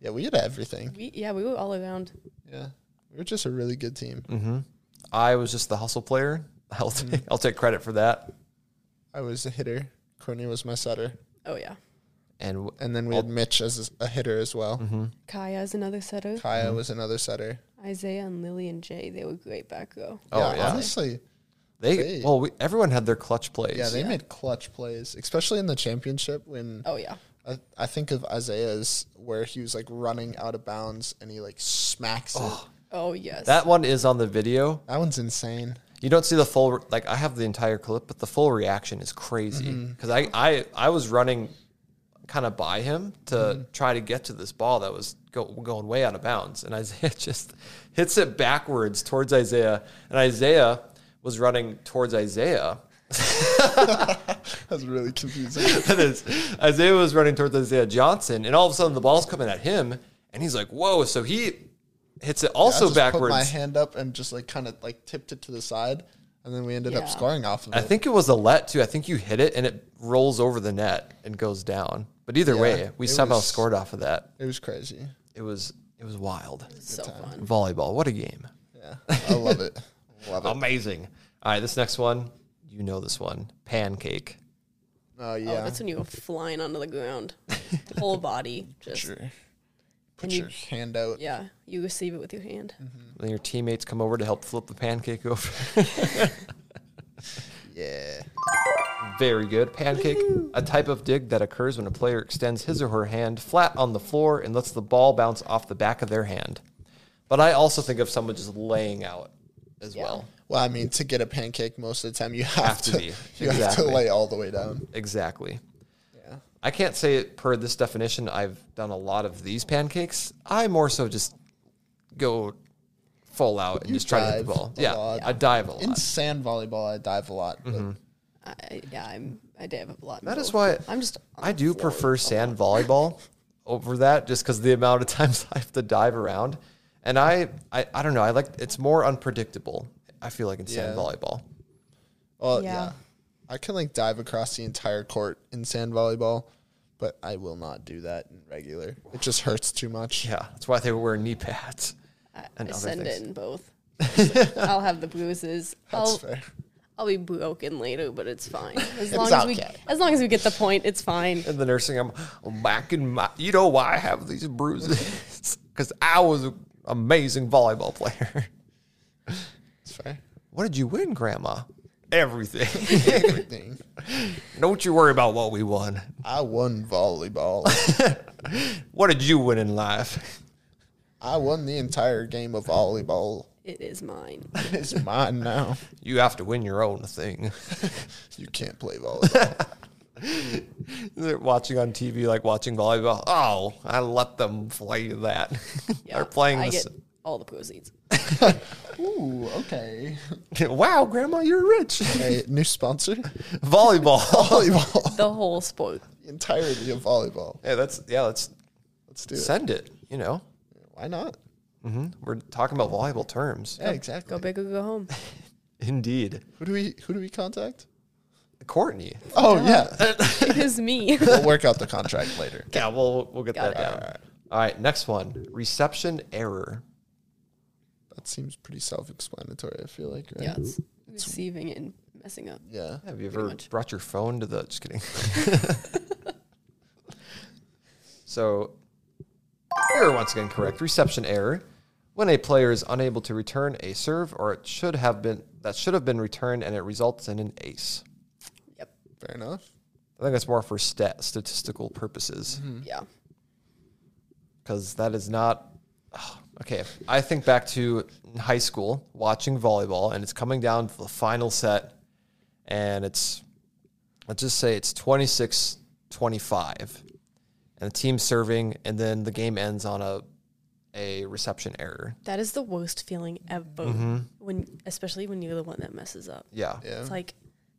Speaker 2: Yeah, we did everything.
Speaker 3: We yeah we were all around.
Speaker 2: Yeah, we were just a really good team.
Speaker 1: Mm-hmm. I was just the hustle player. [LAUGHS] I'll take, I'll take credit for that.
Speaker 2: I was a hitter. Courtney was my setter,
Speaker 3: Oh yeah.
Speaker 1: And w-
Speaker 2: and then we had Mitch as a hitter as well.
Speaker 1: Mm-hmm.
Speaker 3: Kaya is another setter.
Speaker 2: Kaya was another setter.
Speaker 3: Isaiah and Lily and Jay they were great back row.
Speaker 1: oh yeah,
Speaker 2: honestly,
Speaker 1: they
Speaker 2: they-
Speaker 1: well we, everyone had their clutch plays.
Speaker 2: yeah, they made clutch plays, especially in the championship when
Speaker 3: Oh yeah.
Speaker 2: I, I think of Isaiah's where he was like running out of bounds and he like smacks it.
Speaker 3: Oh yes.
Speaker 1: that one is on the video.
Speaker 2: That one's insane. [LAUGHS]
Speaker 1: you don't see the full re- like i have the entire clip but the full reaction is crazy
Speaker 2: Mm-hmm.
Speaker 1: because I, I i was running kind of by him to
Speaker 2: Mm-hmm.
Speaker 1: try to get to this ball that was go, going way out of bounds and isaiah [LAUGHS] just hits it backwards towards isaiah and isaiah was running towards isaiah [LAUGHS]
Speaker 2: That was really confusing.
Speaker 1: that is isaiah was running towards isaiah johnson and all of a sudden the ball's coming at him and he's like whoa so he hits it
Speaker 2: I
Speaker 1: [LAUGHS] also
Speaker 2: just Put
Speaker 1: backwards
Speaker 2: my hand up and just like kind of like tipped it to the side, and then we ended up
Speaker 3: Yeah.
Speaker 2: scoring off of
Speaker 1: I
Speaker 2: it.
Speaker 1: think it was a let too. I think you hit it and it rolls over the net and goes down. But either way, we
Speaker 2: it
Speaker 1: somehow
Speaker 2: was-
Speaker 1: scored off of that.
Speaker 2: It was crazy.
Speaker 1: It was it was wild.
Speaker 3: so fun.
Speaker 1: Volleyball, what a game. [LAUGHS]
Speaker 2: Yeah, I love it. Love it.
Speaker 1: Um, Amazing. All right, this next one, you know this one. Pancake.
Speaker 2: Oh
Speaker 3: Oh,
Speaker 2: yeah.
Speaker 3: that's when you were flying onto the ground, whole
Speaker 1: [LAUGHS]
Speaker 3: body. Just
Speaker 2: Sure. Put
Speaker 3: And you-
Speaker 2: your hand out.
Speaker 3: yeah, you receive it with your hand.
Speaker 1: Then your teammates come over to help flip the pancake [LAUGHS] over.
Speaker 2: Yeah.
Speaker 1: Very good. Pancake, a type of dig that occurs when a player extends his or her hand flat on the floor and lets the ball bounce off the back of their hand. But I also think of someone just laying out as
Speaker 3: Yeah.
Speaker 1: well.
Speaker 2: Well, I mean, to get a pancake, most of the time you have,
Speaker 1: to
Speaker 2: to, [LAUGHS]
Speaker 1: be.
Speaker 2: you have to
Speaker 1: Exactly.
Speaker 2: lay all the way down.
Speaker 1: Exactly.
Speaker 2: Yeah.
Speaker 1: I can't say it per this definition. I've done a lot of these pancakes. I more so just go full out and just try to hit the
Speaker 2: dive
Speaker 1: ball.
Speaker 2: a
Speaker 1: yeah,
Speaker 2: lot.
Speaker 1: I dive a lot.
Speaker 2: In sand volleyball, I dive a lot. but
Speaker 3: I, yeah, I'm. I dive up a lot. in
Speaker 1: That is why
Speaker 3: both. I'm just.
Speaker 1: I do prefer sand volleyball over that, just because the amount of [LAUGHS] times I have to dive around, and I, I, I don't know. I like it's more unpredictable. I feel like in sand
Speaker 2: Yeah.
Speaker 1: volleyball.
Speaker 2: Well,
Speaker 3: Yeah.
Speaker 2: yeah. I can like dive across the entire court in sand volleyball, but I will not do that in regular. It just hurts too much.
Speaker 1: Yeah, that's why they were wearing knee pads.
Speaker 3: I, I
Speaker 1: And other
Speaker 3: send
Speaker 1: things.
Speaker 3: it
Speaker 1: [LAUGHS]
Speaker 3: in both. I'll have the bruises.
Speaker 2: That's
Speaker 3: I'll
Speaker 2: fair.
Speaker 3: I'll be broken later, but it's
Speaker 1: [LAUGHS]
Speaker 3: fine. As long as we
Speaker 2: okay.
Speaker 3: as long as we get the point, it's fine.
Speaker 1: In the nursing home, I'm back in my. You know why I have these bruises? [LAUGHS] Because I was an amazing volleyball player. [LAUGHS]
Speaker 2: That's fair.
Speaker 1: What did you win, Grandma? Everything. [LAUGHS]
Speaker 2: Everything.
Speaker 1: Don't you worry about what we won.
Speaker 2: I won volleyball.
Speaker 1: What did you win in life?
Speaker 2: I won the entire game of volleyball.
Speaker 3: It
Speaker 1: [LAUGHS]
Speaker 3: is mine.
Speaker 2: It's mine now.
Speaker 1: You have to win your own thing. [LAUGHS]
Speaker 2: You can't play volleyball.
Speaker 1: They're watching on TV, like watching volleyball. Oh, I let them play that. [LAUGHS] They're playing
Speaker 3: I
Speaker 1: this.
Speaker 3: get all the proceeds.
Speaker 2: Ooh, okay.
Speaker 1: [LAUGHS] wow, Grandma, you're rich. [LAUGHS]
Speaker 2: Hey, new sponsor?
Speaker 1: volleyball. [LAUGHS]
Speaker 2: Volleyball.
Speaker 3: The whole sport.
Speaker 2: Entirely of volleyball.
Speaker 1: Yeah, that's yeah. Let's
Speaker 2: Let's do it.
Speaker 1: send it. You know,
Speaker 2: Why not?
Speaker 1: we're talking about volleyball terms.
Speaker 2: Yeah,
Speaker 3: Go
Speaker 2: exactly.
Speaker 3: big or
Speaker 1: [LAUGHS]
Speaker 3: go home.
Speaker 1: Indeed,
Speaker 2: Who do we who do we contact?
Speaker 1: Courtney.
Speaker 2: Oh
Speaker 3: [LAUGHS]
Speaker 2: yeah.
Speaker 3: it is
Speaker 1: [LAUGHS]
Speaker 3: me.
Speaker 2: we'll work out the contract later.
Speaker 1: Yeah, we'll we'll get
Speaker 3: Got
Speaker 1: that
Speaker 3: it.
Speaker 1: down. All right, next one. Reception error.
Speaker 2: That seems pretty self-explanatory. I feel like. Right?
Speaker 3: yeah, it's receiving and messing up.
Speaker 2: Yeah.
Speaker 1: Have you ever
Speaker 3: much.
Speaker 1: brought your phone to the? Just
Speaker 3: [LAUGHS]
Speaker 1: kidding. [LAUGHS] so, error once again correct. Reception error. When a player is unable to return a serve, or it should have been that should have been returned, and it results in an ace.
Speaker 3: Yep.
Speaker 2: Fair enough.
Speaker 1: I think that's more for stat statistical purposes
Speaker 3: Yeah.
Speaker 1: because that is not. [SIGHS] Okay, I think back to high school watching volleyball, and it's coming down to the final set, and it's let's just say it's 26 25, and the team's serving, and then the game ends on a a reception error.
Speaker 3: That is the worst feeling ever. When especially when you're the one that messes up.
Speaker 1: Mm-hmm. Yeah.
Speaker 2: Yeah.
Speaker 3: It's like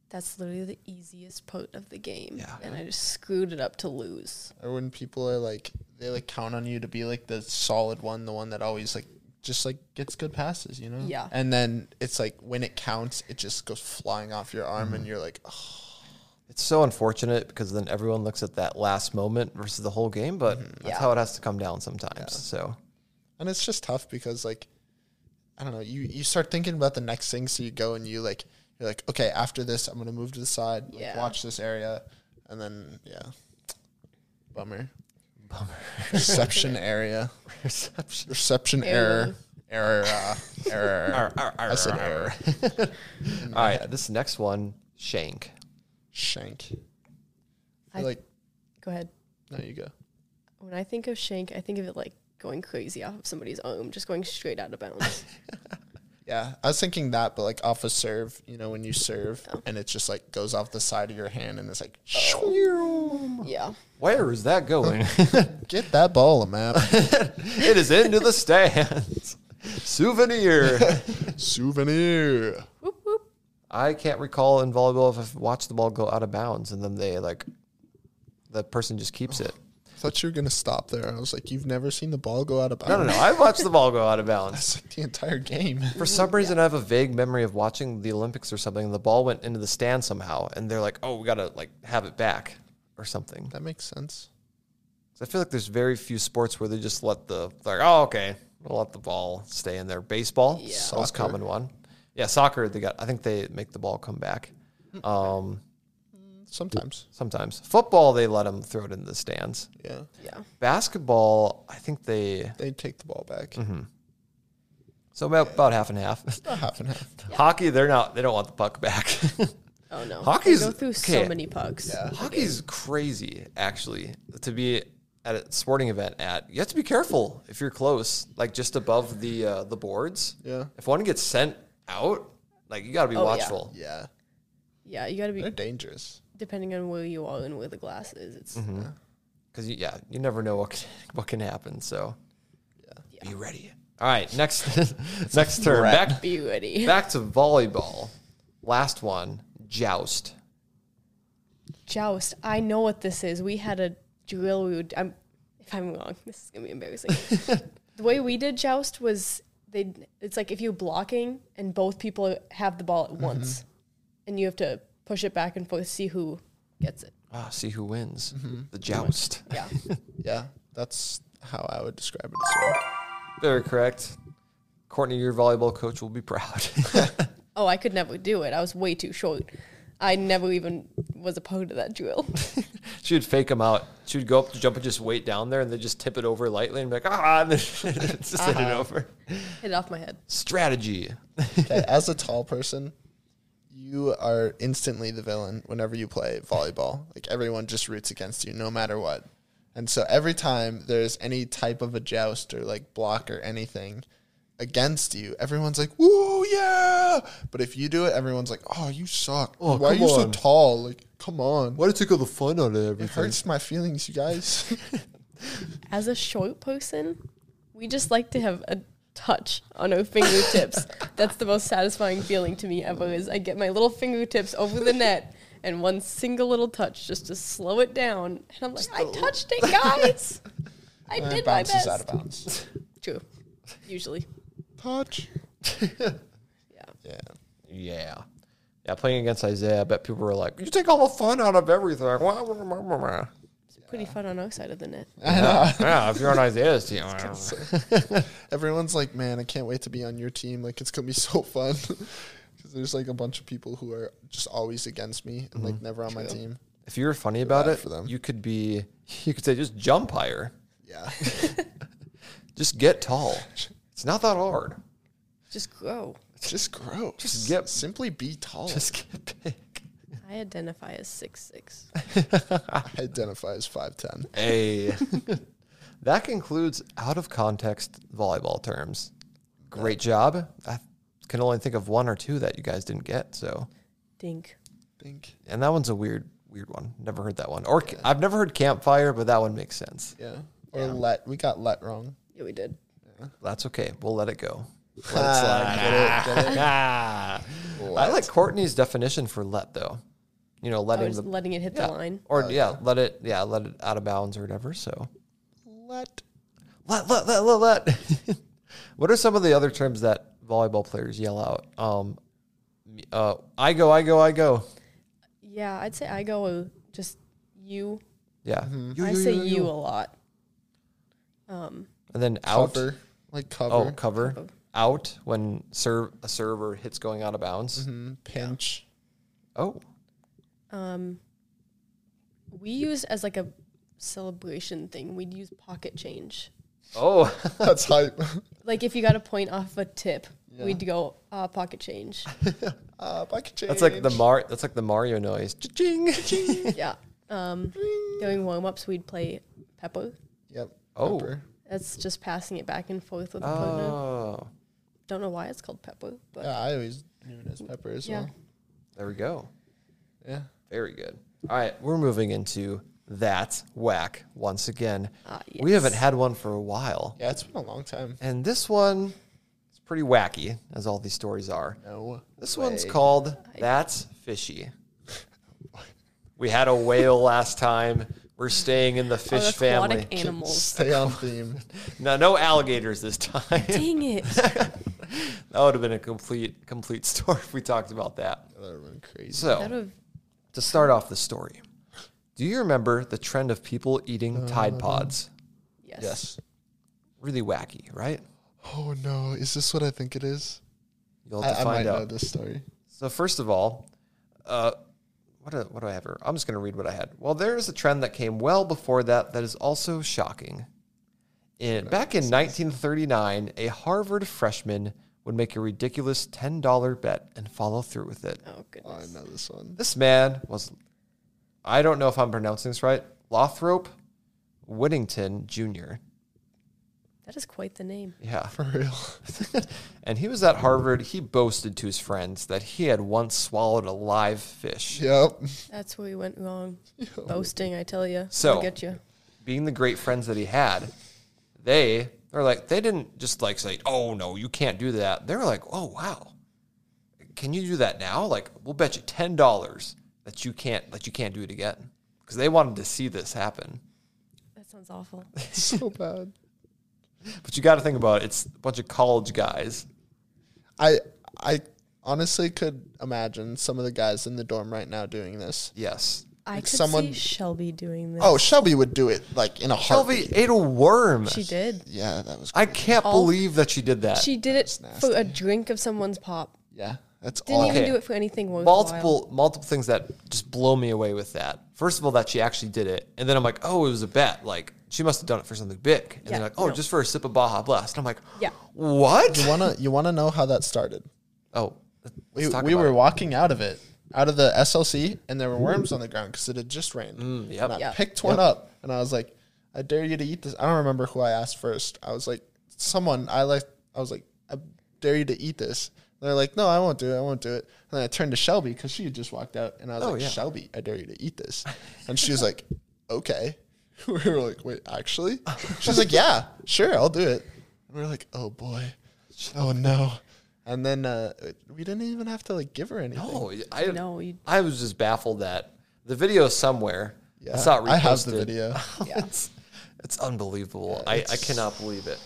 Speaker 3: that's literally the easiest part of the game.
Speaker 1: Yeah.
Speaker 3: And I just screwed it up to lose.
Speaker 2: Or when people are like, they like count on you to be like the solid one, the one that always like just like gets good passes, you know?
Speaker 3: Yeah.
Speaker 2: And then it's like when it counts, it just goes flying off your arm,
Speaker 3: Mm-hmm.
Speaker 2: and you're like, oh,
Speaker 1: It's so unfortunate because then everyone looks at that last moment versus the whole game, but that's
Speaker 3: Yeah.
Speaker 1: how it has to come down sometimes. So, [LAUGHS]
Speaker 2: and it's just tough because like, I don't know, you you start thinking about the next thing, so you go and you like, you're like, okay, after this, I'm gonna move to the side, like,
Speaker 3: Yeah.
Speaker 2: watch this area, and then yeah, bummer,
Speaker 1: bummer.
Speaker 3: [LAUGHS]
Speaker 2: reception area,
Speaker 1: reception.
Speaker 2: reception error, error,
Speaker 3: Error.
Speaker 2: uh, [LAUGHS] error.
Speaker 1: Arr, arr, arr,
Speaker 2: I said
Speaker 1: arr, arr.
Speaker 2: error.
Speaker 1: All right, this next one, Shank.
Speaker 2: Shank. I
Speaker 3: I-
Speaker 2: feel like
Speaker 3: Go ahead.
Speaker 2: no, you go.
Speaker 3: When I think of Shank, I think of it like going crazy off of somebody's arm, just going straight out
Speaker 1: [LAUGHS]
Speaker 3: of bounds.
Speaker 2: Yeah, I was thinking that, but like off a serve, you know, when you serve
Speaker 3: Oh.
Speaker 2: and it just like goes off the side of your hand and it's like,
Speaker 3: yeah.
Speaker 1: Where is that going? [LAUGHS]
Speaker 2: get that ball, map
Speaker 1: it is into the stands. Souvenir.
Speaker 2: souvenir.
Speaker 3: Whoop whoop.
Speaker 1: I can't recall in volleyball if I've watched the ball go out of bounds and then they like the person just keeps it.
Speaker 2: Thought you were gonna stop there. I was like, you've never seen the ball go out of bounds.
Speaker 1: No, no, no. I've watched the ball go out
Speaker 2: [LAUGHS]
Speaker 1: of bounds.
Speaker 2: That's like the entire game.
Speaker 1: For some reason, I have a vague memory of watching the Olympics or something, and the ball went into the stand somehow, and they're like, "Oh, we gotta like have it back or something."
Speaker 2: That makes sense.
Speaker 1: 'Cause I feel like there's very few sports where they just let the like, oh, okay, we'll let the ball stay in there. Baseball,
Speaker 3: Yeah.
Speaker 1: yeah, most
Speaker 2: Soccer.
Speaker 1: common one. Yeah, soccer. They got. I think they make the ball come back. Um,
Speaker 2: Sometimes.
Speaker 1: sometimes football, they let them throw it in the stands.
Speaker 2: Yeah.
Speaker 3: Yeah.
Speaker 1: Basketball, I think they
Speaker 2: They take the ball back.
Speaker 1: Mm-hmm. so about, about half and half. [LAUGHS]
Speaker 2: About half and half.
Speaker 1: Hockey, they're not. They don't want the puck back. [LAUGHS]
Speaker 3: Oh no.
Speaker 1: Hockey's-
Speaker 3: They go through
Speaker 1: okay.
Speaker 3: so many pucks.
Speaker 2: Yeah.
Speaker 1: Hockey's crazy, actually, to be at a sporting event at. You have to be careful if you're close, like just above the uh, the boards.
Speaker 2: Yeah.
Speaker 1: If one gets sent out, like you got to be
Speaker 3: Oh, yeah.
Speaker 1: watchful.
Speaker 2: Yeah.
Speaker 3: Yeah, you gotta
Speaker 2: They're
Speaker 3: be
Speaker 2: dangerous.
Speaker 3: depending on where you are and where the glass is. It's
Speaker 1: Mm-hmm. Because you, yeah, you never know what can, [LAUGHS] what can happen. So,
Speaker 3: Yeah.
Speaker 1: be ready. All right, next [LAUGHS] next turn back [LAUGHS]
Speaker 3: be ready.
Speaker 1: back to volleyball. Last one, joust.
Speaker 3: Joust. I know what this is. We had a drill. We would. I'm, if I'm wrong, this is gonna be embarrassing. the way we did joust was they. It's like if you're blocking and both people have the ball at once, and you have to push it back and forth, see who gets it.
Speaker 1: Ah, see who wins.
Speaker 3: Mm-hmm.
Speaker 1: The joust.
Speaker 3: Yeah.
Speaker 2: Yeah, that's how I would describe it as well.
Speaker 1: Very correct. Courtney, your volleyball coach will be [LAUGHS] proud.
Speaker 3: oh, I could never do it. I was way too short. I never even was a part of that drill.
Speaker 1: she would fake them out. She would go up to jump and just wait down there and then just tip it over lightly and be like, ah, and then [LAUGHS] just hit it
Speaker 3: Uh-huh.
Speaker 1: over.
Speaker 3: Hit it off my head.
Speaker 1: Strategy.
Speaker 2: Okay, as a tall person, you are instantly the villain whenever you play volleyball. Like everyone just roots against you no matter what. And so every time there's any type of a joust or like block or anything against you, everyone's like, "Woo, yeah!" But if you do it, everyone's like, "Oh, you suck.
Speaker 1: Oh,
Speaker 2: Why are
Speaker 1: come
Speaker 2: you so
Speaker 1: on."
Speaker 2: tall? Like, come on."
Speaker 1: Why did take all the fun out of
Speaker 2: It hurts my feelings, you [LAUGHS] guys.
Speaker 3: As a short person, we just like to have a touch on
Speaker 1: [LAUGHS]
Speaker 3: our fingertips. That's the most satisfying feeling to me ever is I get my little fingertips over the net and one single little touch just to slow it down. And I'm like, I touched it,
Speaker 1: [LAUGHS]
Speaker 3: guys. I
Speaker 2: And
Speaker 3: did
Speaker 2: it
Speaker 3: my
Speaker 2: bounces
Speaker 3: best.
Speaker 2: out of bounds.
Speaker 3: True. Usually.
Speaker 2: Touch. [LAUGHS]
Speaker 3: [LAUGHS] Yeah.
Speaker 2: Yeah.
Speaker 1: Yeah. Yeah, playing against Isaiah, I bet people were like, you take all the fun out of everything. [LAUGHS] Wah, wah, wah, wah, wah.
Speaker 3: It's pretty fun on our side of the net.
Speaker 1: yeah, if you're on Isaiah's team.
Speaker 2: Everyone's like, man, I can't wait to be on your team. Like, it's gonna be [LAUGHS] so fun. Because there's like a bunch of people who are just always against me and
Speaker 1: Mm-hmm.
Speaker 2: like never on my team.
Speaker 1: If you were funny about
Speaker 2: bad
Speaker 1: it,
Speaker 2: for them.
Speaker 1: you could be, [LAUGHS] you could say, just jump higher.
Speaker 2: [LAUGHS] Yeah.
Speaker 1: Just get tall. It's not that hard. [LAUGHS]
Speaker 3: Just grow.
Speaker 2: just grow. Just
Speaker 1: get-
Speaker 2: Simply be tall.
Speaker 1: Just get big.
Speaker 3: I identify as six six.
Speaker 2: I identify as 5'10.
Speaker 1: Hey. [LAUGHS] that concludes out of context volleyball terms. Great job. I can only think of one or two that you guys didn't get. So,
Speaker 3: Dink.
Speaker 2: think.
Speaker 1: and that one's a weird, weird one. Never heard that one. Or ca- I've never heard campfire, but that one makes sense.
Speaker 2: Yeah. Or let. We got let wrong.
Speaker 3: Yeah, we did.
Speaker 1: That's okay. We'll let
Speaker 2: [LAUGHS]
Speaker 1: it go.
Speaker 2: Let slide. Get it, get it.
Speaker 1: Ah. I like Courtney's definition for let though. You know,
Speaker 3: I
Speaker 1: letting
Speaker 3: was
Speaker 1: the
Speaker 3: letting it hit
Speaker 1: yeah.
Speaker 3: the line.
Speaker 1: Or yeah, let it yeah, let it out of bounds or whatever. So
Speaker 2: Let.
Speaker 1: let let let let let. [LAUGHS] what are some of the other terms that volleyball players yell out? Um, m- uh, I go, I go, I go.
Speaker 3: Yeah, I'd say I go with just you.
Speaker 1: Yeah,
Speaker 2: Mm-hmm.
Speaker 1: You,
Speaker 3: I
Speaker 1: you,
Speaker 3: say
Speaker 1: you,
Speaker 3: you,
Speaker 1: you.
Speaker 3: a lot. Um,
Speaker 1: and then out.
Speaker 2: Cover. Like cover.
Speaker 1: Oh, cover. Out when serve a server hits going out of bounds.
Speaker 2: Mhm. Pinch.
Speaker 1: Oh,
Speaker 3: um, we used as like a celebration thing. We'd use pocket change.
Speaker 1: oh, [LAUGHS]
Speaker 2: [LAUGHS] That's hype.
Speaker 3: Like if you got a point off a tip, we'd go uh, pocket change.
Speaker 2: uh, bucket change.
Speaker 1: that's like the Mar. That's like the Mario noise. Ching.
Speaker 3: yeah. Um, during warm ups, we'd play pepper.
Speaker 2: Yep.
Speaker 1: Oh.
Speaker 2: Upper.
Speaker 3: That's just passing it back and forth with the partner.
Speaker 1: Oh,
Speaker 3: Don't know why it's called pepper, but
Speaker 2: Yeah, I always knew it as pepper as
Speaker 3: Yeah.
Speaker 2: well.
Speaker 1: there we go.
Speaker 2: Yeah.
Speaker 1: Very good. All right, we're moving into that whack once again.
Speaker 3: Ah,
Speaker 1: We haven't
Speaker 3: yes.
Speaker 1: had one for a while.
Speaker 2: Yeah, it's been a long time.
Speaker 1: And this one is pretty wacky, as all these stories are.
Speaker 2: No.
Speaker 1: This one's called That's Fishy. We had a whale last time. We're staying in the fish
Speaker 3: Oh,
Speaker 1: family.
Speaker 3: aquatic
Speaker 2: [LAUGHS]
Speaker 3: animals. [LAUGHS]
Speaker 2: Stay on theme.
Speaker 1: No, no alligators this time. that [LAUGHS]
Speaker 3: Dang it.
Speaker 1: would have been a complete, complete [LAUGHS] story if we talked about that.
Speaker 2: That would have been crazy.
Speaker 1: So,
Speaker 3: That would've-
Speaker 1: to start off the story, do you remember the trend of people eating Tide
Speaker 2: Uh-huh.
Speaker 1: Pods?
Speaker 3: yes.
Speaker 2: Yes.
Speaker 1: Really wacky, right?
Speaker 2: Oh no, is this what I think it is?
Speaker 1: You'll
Speaker 2: I,
Speaker 1: have to
Speaker 2: I might
Speaker 1: find
Speaker 2: know
Speaker 1: out.
Speaker 2: this story.
Speaker 1: So first of all, uh, what do, what do I have here? I'm just going to read what I had. Well, there is a trend that came well before that that is also shocking. In, back in 1939, a Harvard freshman would make a ridiculous $10 bet and follow through with it.
Speaker 3: Oh goodness.
Speaker 2: Oh, I know this one.
Speaker 1: This man was, I don't know if I'm pronouncing this right, Lothrop Whittington Jr.
Speaker 3: That is quite the name.
Speaker 1: Yeah.
Speaker 2: For [LAUGHS] real.
Speaker 1: and he was at Harvard. He boasted to his friends that he had once swallowed a live fish.
Speaker 2: yep.
Speaker 3: That's where we went wrong. Boasting, I tell you.
Speaker 1: So-
Speaker 3: get you.
Speaker 1: being the great friends that he had, they they're like they didn't just like say, "Oh no, you can't do that." They were like, "Oh wow, can you do that now? Like we'll bet you ten dollars that you can't that you can't do it again." Because they wanted to see this happen.
Speaker 3: That sounds awful.
Speaker 2: [LAUGHS] so bad.
Speaker 1: But you got to think about it. It's a bunch of college guys.
Speaker 2: I I honestly could imagine some of the guys in the dorm right now doing this.
Speaker 1: Yes.
Speaker 3: I
Speaker 2: Like
Speaker 3: could see
Speaker 2: someone-
Speaker 3: Shelby doing this.
Speaker 2: Oh, Shelby would do it like in a heartbeat.
Speaker 1: Shelby ate a worm.
Speaker 3: she did.
Speaker 2: Yeah, that was.
Speaker 1: I can't
Speaker 3: All-
Speaker 1: believe that she did that.
Speaker 3: She did it
Speaker 2: That's
Speaker 3: for a drink of someone's pop.
Speaker 2: yeah, that's
Speaker 3: Didn't
Speaker 2: all.
Speaker 1: Oh, Okay.
Speaker 3: even do it for anything worthwhile.
Speaker 1: multiple multiple things that just blow me away with that. First of all, that she actually did it, and then I'm like, oh, it was a bet. Like she must have done it for something big. And
Speaker 3: Yeah,
Speaker 1: they're like, oh,
Speaker 3: no.
Speaker 1: just for a sip of Baja Blast. And I'm like,
Speaker 3: Yeah.
Speaker 1: what?
Speaker 2: You wanna you wanna know how that started?
Speaker 1: Oh,
Speaker 2: We,
Speaker 1: let's talk
Speaker 2: we
Speaker 1: about
Speaker 2: were
Speaker 1: it. Mm.
Speaker 2: walking out of it, out of the SLC, and there were worms on the ground because it had just rained.
Speaker 1: yep.
Speaker 2: And I
Speaker 3: Yep.
Speaker 2: picked one up, and I was like, "I dare you to eat this." I don't remember who I asked first. I was like, "Someone." I like. I was like, "I dare you to eat this." And they're like, "No, I won't do it. I won't do it." And then I turned to Shelby because she had just walked out, and I was
Speaker 1: Oh,
Speaker 2: like,
Speaker 1: yeah.
Speaker 2: "Shelby, I dare you to eat this," and she was like, "Okay." [LAUGHS] We were like, "Wait, actually?" She's like, "Yeah, sure, I'll do it." And we were like, "Oh boy, oh no." And then uh, we didn't even have to like give her anything.
Speaker 1: Oh, I
Speaker 3: No, you-
Speaker 1: I was just baffled that the video is somewhere.
Speaker 2: Yeah,
Speaker 1: I saw it reposted.
Speaker 2: I have the
Speaker 1: [LAUGHS]
Speaker 2: video.
Speaker 1: it's, it's unbelievable. I, I cannot believe it.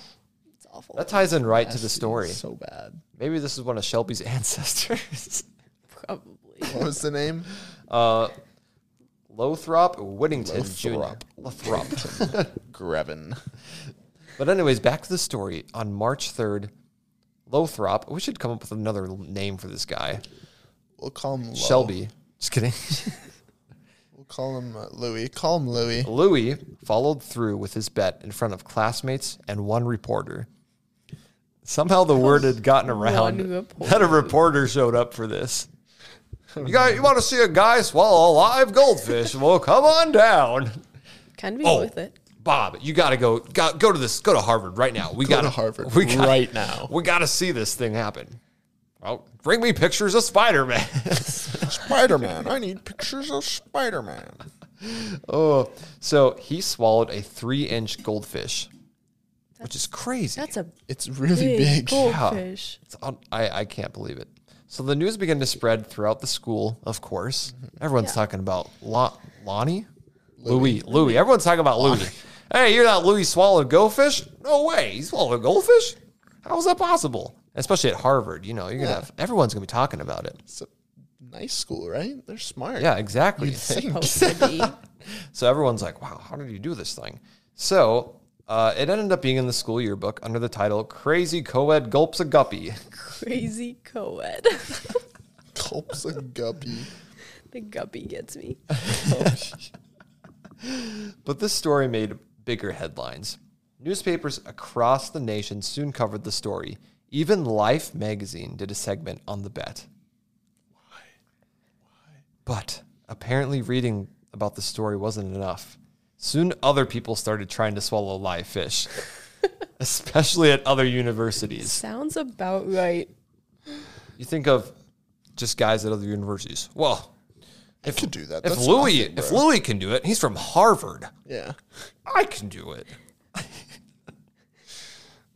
Speaker 3: It's awful.
Speaker 1: That ties in right to the story.
Speaker 2: so bad.
Speaker 1: Maybe this is one of Shelby's [LAUGHS] ancestors.
Speaker 3: Probably.
Speaker 2: What was the name?
Speaker 1: Lothrop Whittington Jr. Lothrop.
Speaker 2: Grevin.
Speaker 1: But anyways, back to the story. On March third, Lothrop. We should come up with another l- name for this guy.
Speaker 2: We'll call him Lo.
Speaker 1: Shelby. Just kidding.
Speaker 2: We'll call him uh, Louis. Call him Louis.
Speaker 1: Louis followed through with his bet in front of classmates and one reporter. Somehow the word had gotten around
Speaker 3: reporter.
Speaker 1: that a reporter showed up for this. You guys, you want to see a guy swallow a live goldfish? Well, come on down.
Speaker 3: Kind of be
Speaker 1: Oh.
Speaker 3: worth it.
Speaker 1: Bob, you got to go, go. Go to this. Go to Harvard right now. We got
Speaker 2: to Harvard
Speaker 1: We gotta-
Speaker 2: right now.
Speaker 1: We got to see this thing happen. Well, bring me pictures of Spider Man.
Speaker 2: Spider Man. I need pictures of Spider Man.
Speaker 1: [LAUGHS] oh, so he swallowed a three-inch goldfish, which is crazy.
Speaker 3: That's a
Speaker 2: It's really
Speaker 3: big,
Speaker 2: big.
Speaker 3: goldfish.
Speaker 1: It's un- I, I can't believe it. So the news began to spread throughout the school, of course. Everyone's talking about Lo- Lonnie? Louis. Louis. Everyone's talking about Louis. Hey, you're not Louis swallowed goldfish? No way. He swallowed a goldfish? How is that possible? Especially at Harvard, you know, you're gonna have everyone's gonna be talking about it.
Speaker 2: It's a nice school, right? They're smart.
Speaker 1: Yeah, exactly.
Speaker 2: Think.
Speaker 1: [LAUGHS]
Speaker 3: Supposed to be.
Speaker 1: So everyone's like, wow, how did you do this thing? So uh, it ended up being in the school yearbook under the title Crazy Co-ed Gulps a Guppy.
Speaker 3: Crazy co-ed.
Speaker 2: Gulps a guppy.
Speaker 3: the guppy gets me.
Speaker 1: But this story made bigger headlines. Newspapers across the nation soon covered the story. Even Life magazine did a segment on the bet. Why? Why? But apparently, reading about the story wasn't enough. Soon, other people started trying to swallow
Speaker 2: [LAUGHS]
Speaker 1: live fish, especially at other universities.
Speaker 3: Sounds about right.
Speaker 1: You think of just guys at other universities. Well, if,
Speaker 2: could do that.
Speaker 1: if
Speaker 2: That's
Speaker 1: Louis,
Speaker 2: nothing,
Speaker 1: if
Speaker 2: bro.
Speaker 1: Louis can do it, he's from Harvard.
Speaker 2: Yeah.
Speaker 1: I can do it.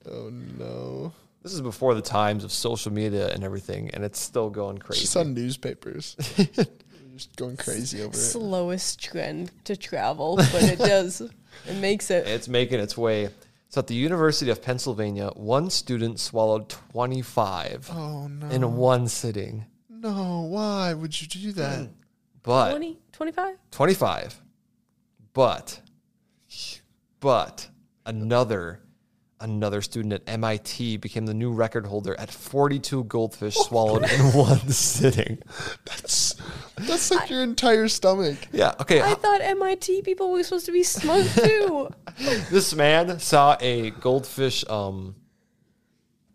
Speaker 2: Oh no.
Speaker 1: This is before the times of social media and everything, and it's still going crazy.
Speaker 2: Just on
Speaker 1: [LAUGHS]
Speaker 2: newspapers. We're just going crazy over it.
Speaker 3: Slowest trend to travel,
Speaker 1: [LAUGHS]
Speaker 3: but it does. It makes it.
Speaker 1: it's making its way. So at the University of Pennsylvania, one student swallowed 25
Speaker 2: Oh no.
Speaker 1: in one sitting,
Speaker 2: No. Why would you do
Speaker 1: Mm.
Speaker 2: that?
Speaker 1: but
Speaker 3: 20, 25?
Speaker 1: 25, but, but another, another student at MIT became the new record holder at 42 goldfish swallowed in one sitting.
Speaker 2: That's that's like your entire stomach.
Speaker 1: [LAUGHS] Yeah. Okay.
Speaker 3: I thought MIT people were supposed to be smart
Speaker 1: [LAUGHS]
Speaker 3: too.
Speaker 1: this man saw a goldfish um,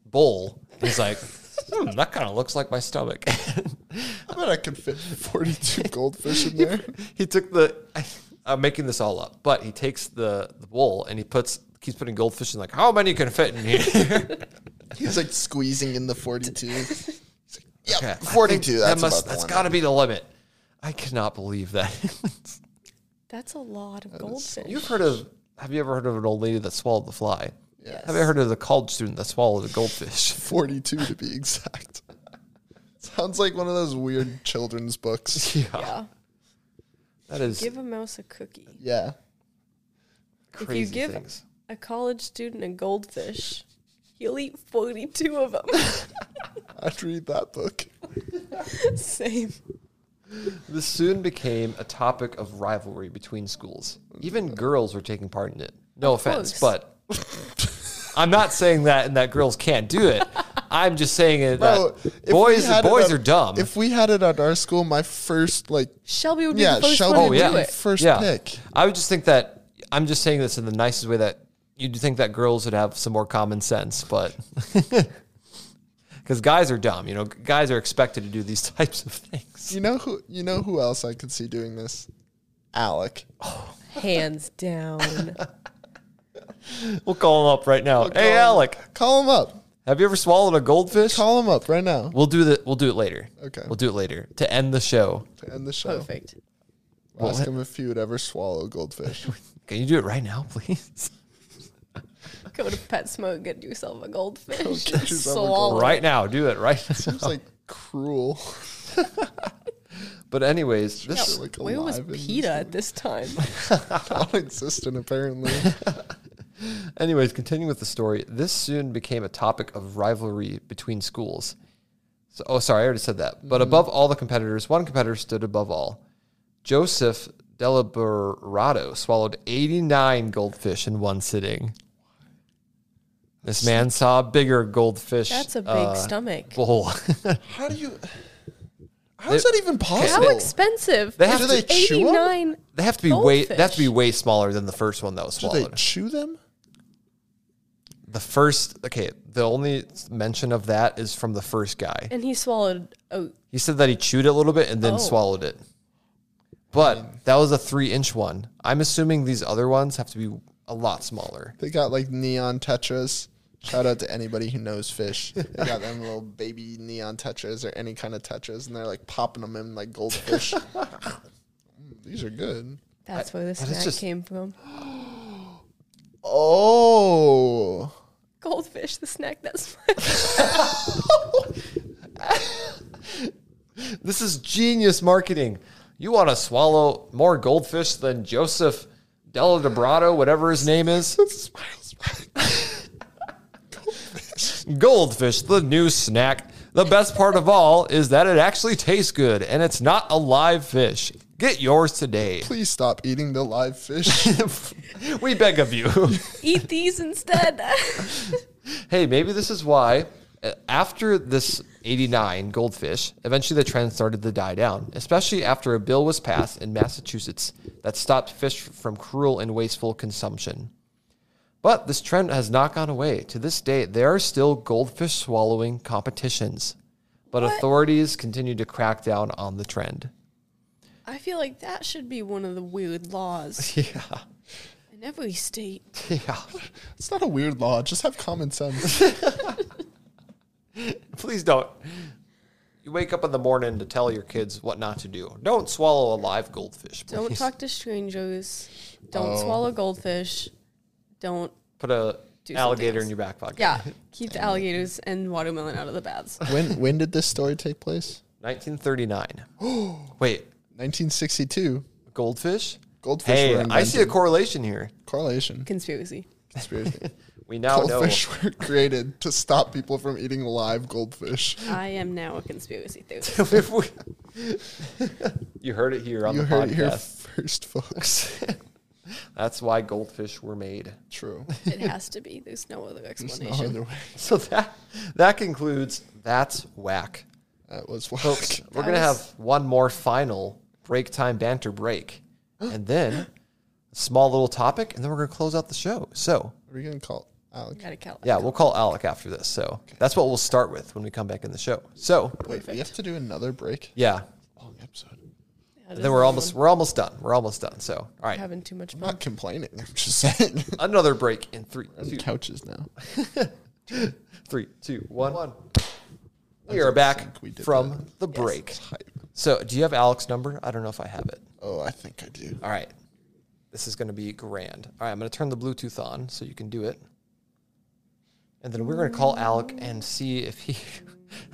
Speaker 1: bowl. He's like, hmm, that kind of looks like my stomach. [LAUGHS]
Speaker 2: I bet I could fit 42 goldfish in there.
Speaker 1: he took the. I, I'm making this all up, but he takes the, the bowl and he puts keeps putting goldfish in. Like, how many can fit in [LAUGHS] here?
Speaker 2: He's like squeezing in the
Speaker 1: [LAUGHS]
Speaker 2: 42. He's like, yep,
Speaker 1: Okay, I think
Speaker 2: 42. That's
Speaker 1: that must.
Speaker 2: about the
Speaker 1: that's
Speaker 2: one.
Speaker 1: got to be the limit. I cannot believe that. [LAUGHS]
Speaker 3: That's a lot of goldfish.
Speaker 1: You've heard of? Have you ever heard of an old lady that swallowed the fly?
Speaker 2: Yes.
Speaker 1: Have you heard of the college student that swallowed a goldfish? [LAUGHS]
Speaker 2: 42 to be exact. Sounds like one of those weird children's books.
Speaker 3: yeah.
Speaker 1: That is
Speaker 3: Give a mouse a cookie.
Speaker 2: Yeah.
Speaker 3: you
Speaker 1: crazy
Speaker 3: give-
Speaker 1: things.
Speaker 3: A college student a goldfish. He'll eat 42 of them.
Speaker 2: I'd read that book.
Speaker 3: [LAUGHS] Same.
Speaker 1: This soon became a topic of rivalry between schools. Even girls were taking part in it. No offense,
Speaker 3: course.
Speaker 1: but [LAUGHS] I'm not saying that and that girls can't do it. I'm just saying it
Speaker 2: Bro, if
Speaker 1: that
Speaker 2: we
Speaker 1: boys
Speaker 2: had it
Speaker 1: boys
Speaker 2: at-
Speaker 1: are dumb.
Speaker 2: If we had it at our school, my first like
Speaker 3: Shelby would be
Speaker 2: yeah,
Speaker 3: the first
Speaker 2: Shelby
Speaker 3: one
Speaker 1: would
Speaker 3: to
Speaker 1: Oh, yeah.
Speaker 3: do
Speaker 2: be
Speaker 3: it.
Speaker 2: first pick.
Speaker 1: I would just think that I'm just saying this in the nicest way that you'd think that girls would have some more common sense, [LAUGHS] but because guys are dumb, you know, g- guys are expected to do these [LAUGHS] types of things.
Speaker 2: You know who? You know who else I could see doing this? Alec.
Speaker 3: Hands down.
Speaker 1: We'll call him up right now. hey, Alec,
Speaker 2: Call him up.
Speaker 1: have you ever swallowed a goldfish?
Speaker 2: Call him up right now
Speaker 1: We'll do the. We'll do it later.
Speaker 2: Okay.
Speaker 1: We'll do it later to end the show.
Speaker 2: to end the show.
Speaker 3: [LAUGHS] Perfect.
Speaker 2: We'll Ask him if he would ever swallow
Speaker 1: [LAUGHS]
Speaker 2: goldfish.
Speaker 1: Can you do it right now, [LAUGHS] please?
Speaker 3: Go to PetSmoke, get yourself a goldfish.
Speaker 2: Get
Speaker 3: [LAUGHS]
Speaker 2: yourself a
Speaker 3: Swallow.
Speaker 1: Right now, do it right. now. [LAUGHS]
Speaker 2: Seems like cruel.
Speaker 1: But anyways, [LAUGHS]
Speaker 3: Yeah,
Speaker 1: this
Speaker 2: like
Speaker 3: Where was
Speaker 2: alive in
Speaker 3: PETA at this time?
Speaker 2: [LAUGHS] non-existent
Speaker 1: [LAUGHS]
Speaker 2: apparently.
Speaker 1: Anyways, continuing with the story, this soon became a topic of rivalry between schools. So, oh, sorry, I already said that. But above all the competitors, one competitor stood above all. Joseph Deliberado swallowed 89 goldfish in one sitting. This man saw a bigger goldfish.
Speaker 3: That's a big
Speaker 1: uh,
Speaker 3: stomach.
Speaker 1: bowl.
Speaker 2: How do you? How is that even possible?
Speaker 3: How expensive?
Speaker 1: They have Do to-
Speaker 2: they chew 'em?
Speaker 3: 89.
Speaker 1: they have to be way they have to be
Speaker 3: Goldfish.
Speaker 1: way smaller than the first one that was
Speaker 2: do they
Speaker 1: swallowed.
Speaker 2: chew them?
Speaker 1: the first okay, the only mention of that is from the first guy.
Speaker 3: And he swallowed. Oh,
Speaker 1: He said that he chewed it a little bit and then
Speaker 3: Oh.
Speaker 1: swallowed it. But that was a three inch one. I'm assuming these other ones have to be a lot smaller.
Speaker 2: They got like neon tetras. Shout out to anybody who knows fish. They got them little baby neon tetras or any kind of tetras, and they're like popping them in like [LAUGHS] goldfish. Mm, These are good.
Speaker 3: that's where this
Speaker 1: that is
Speaker 3: snack
Speaker 1: just-
Speaker 3: came from. [GASPS]
Speaker 2: Oh,
Speaker 3: Goldfish, the snack that's [LAUGHS] my
Speaker 1: This is genius marketing. You want to swallow more goldfish than Joseph Della Debrato, whatever his name is? Goldfish, the new snack. The best part of all is that it actually tastes good and it's not a live fish. Get yours today.
Speaker 2: please stop eating the live [LAUGHS] fish.
Speaker 1: we beg of you. [LAUGHS]
Speaker 3: Eat these instead.
Speaker 1: hey, maybe this is why uh, after this 89 goldfish, eventually the trend started to die down, especially after a bill was passed in Massachusetts that stopped fish from cruel and wasteful consumption. But this trend has not gone away. To this day, there are still goldfish swallowing competitions, but authorities continue to crack down on the trend. [LAUGHS]
Speaker 3: I feel like that should be one of the weird
Speaker 1: [LAUGHS]
Speaker 3: laws
Speaker 1: Yeah.
Speaker 3: in
Speaker 1: [LAUGHS]
Speaker 3: every state.
Speaker 1: Yeah.
Speaker 2: it's not a weird law. Just have common sense.
Speaker 1: Please don't. You wake up in the morning to tell your kids what not to do. Don't swallow a live goldfish. Please. Oh.
Speaker 3: Don't talk to strangers. Don't swallow goldfish. Don't.
Speaker 1: put a
Speaker 3: Do
Speaker 1: alligator
Speaker 3: something
Speaker 1: in your back pocket.
Speaker 3: Yeah,
Speaker 1: [LAUGHS]
Speaker 3: keep the alligators and watermelon out of the baths.
Speaker 2: when when did this story take place?
Speaker 1: [GASPS] 1939. Wait,
Speaker 2: 1962.
Speaker 1: goldfish?
Speaker 2: Goldfish
Speaker 1: Hey,
Speaker 2: were
Speaker 1: I see a
Speaker 2: invented.
Speaker 1: correlation here.
Speaker 2: Correlation.
Speaker 3: Conspiracy.
Speaker 2: Conspiracy.
Speaker 1: We now
Speaker 2: goldfish were created to stop people from eating live goldfish.
Speaker 3: I am now a conspiracy theorist.
Speaker 1: know. [LAUGHS] If we- [LAUGHS] you heard it here on
Speaker 2: You
Speaker 1: the
Speaker 2: heard it here
Speaker 1: podcast.
Speaker 2: first,
Speaker 1: [LAUGHS]
Speaker 2: folks.
Speaker 1: That's why goldfish were made.
Speaker 2: True.
Speaker 3: It has to be. There's no other
Speaker 2: There's no
Speaker 3: explanation.
Speaker 2: other way.
Speaker 1: [LAUGHS] So that that concludes that's whack.
Speaker 2: That was whack.
Speaker 1: [LAUGHS] Folks, we're
Speaker 3: That
Speaker 1: gonna
Speaker 3: was-
Speaker 1: have one more final break time banter [GASPS] break. And then a small little topic, and then we're gonna close out the show. So
Speaker 2: Are we gonna call Alec?
Speaker 3: Gotta count.
Speaker 1: Yeah, we'll call Alec after this. So that's what we'll start with when we come back in the show. So
Speaker 2: Wait, we have to do another break.
Speaker 1: yeah,
Speaker 2: Long episode. I'm
Speaker 3: That is
Speaker 1: then we're
Speaker 3: the
Speaker 1: almost
Speaker 3: one.
Speaker 1: we're almost done. We're almost done. So all right,
Speaker 3: having too much fun.
Speaker 2: not complaining. I'm just
Speaker 1: [LAUGHS]
Speaker 2: saying.
Speaker 1: another break in three, two,
Speaker 2: Couches now.
Speaker 1: three, two, one. We are back
Speaker 2: think we did
Speaker 1: from the break. So do you have Alec's number? I don't know if I have it.
Speaker 2: Oh, I think I do.
Speaker 1: All right, this is going to be grand. All right, I'm going to turn the Bluetooth on so you can do it, and then we're going to call Alec and see if he. [LAUGHS]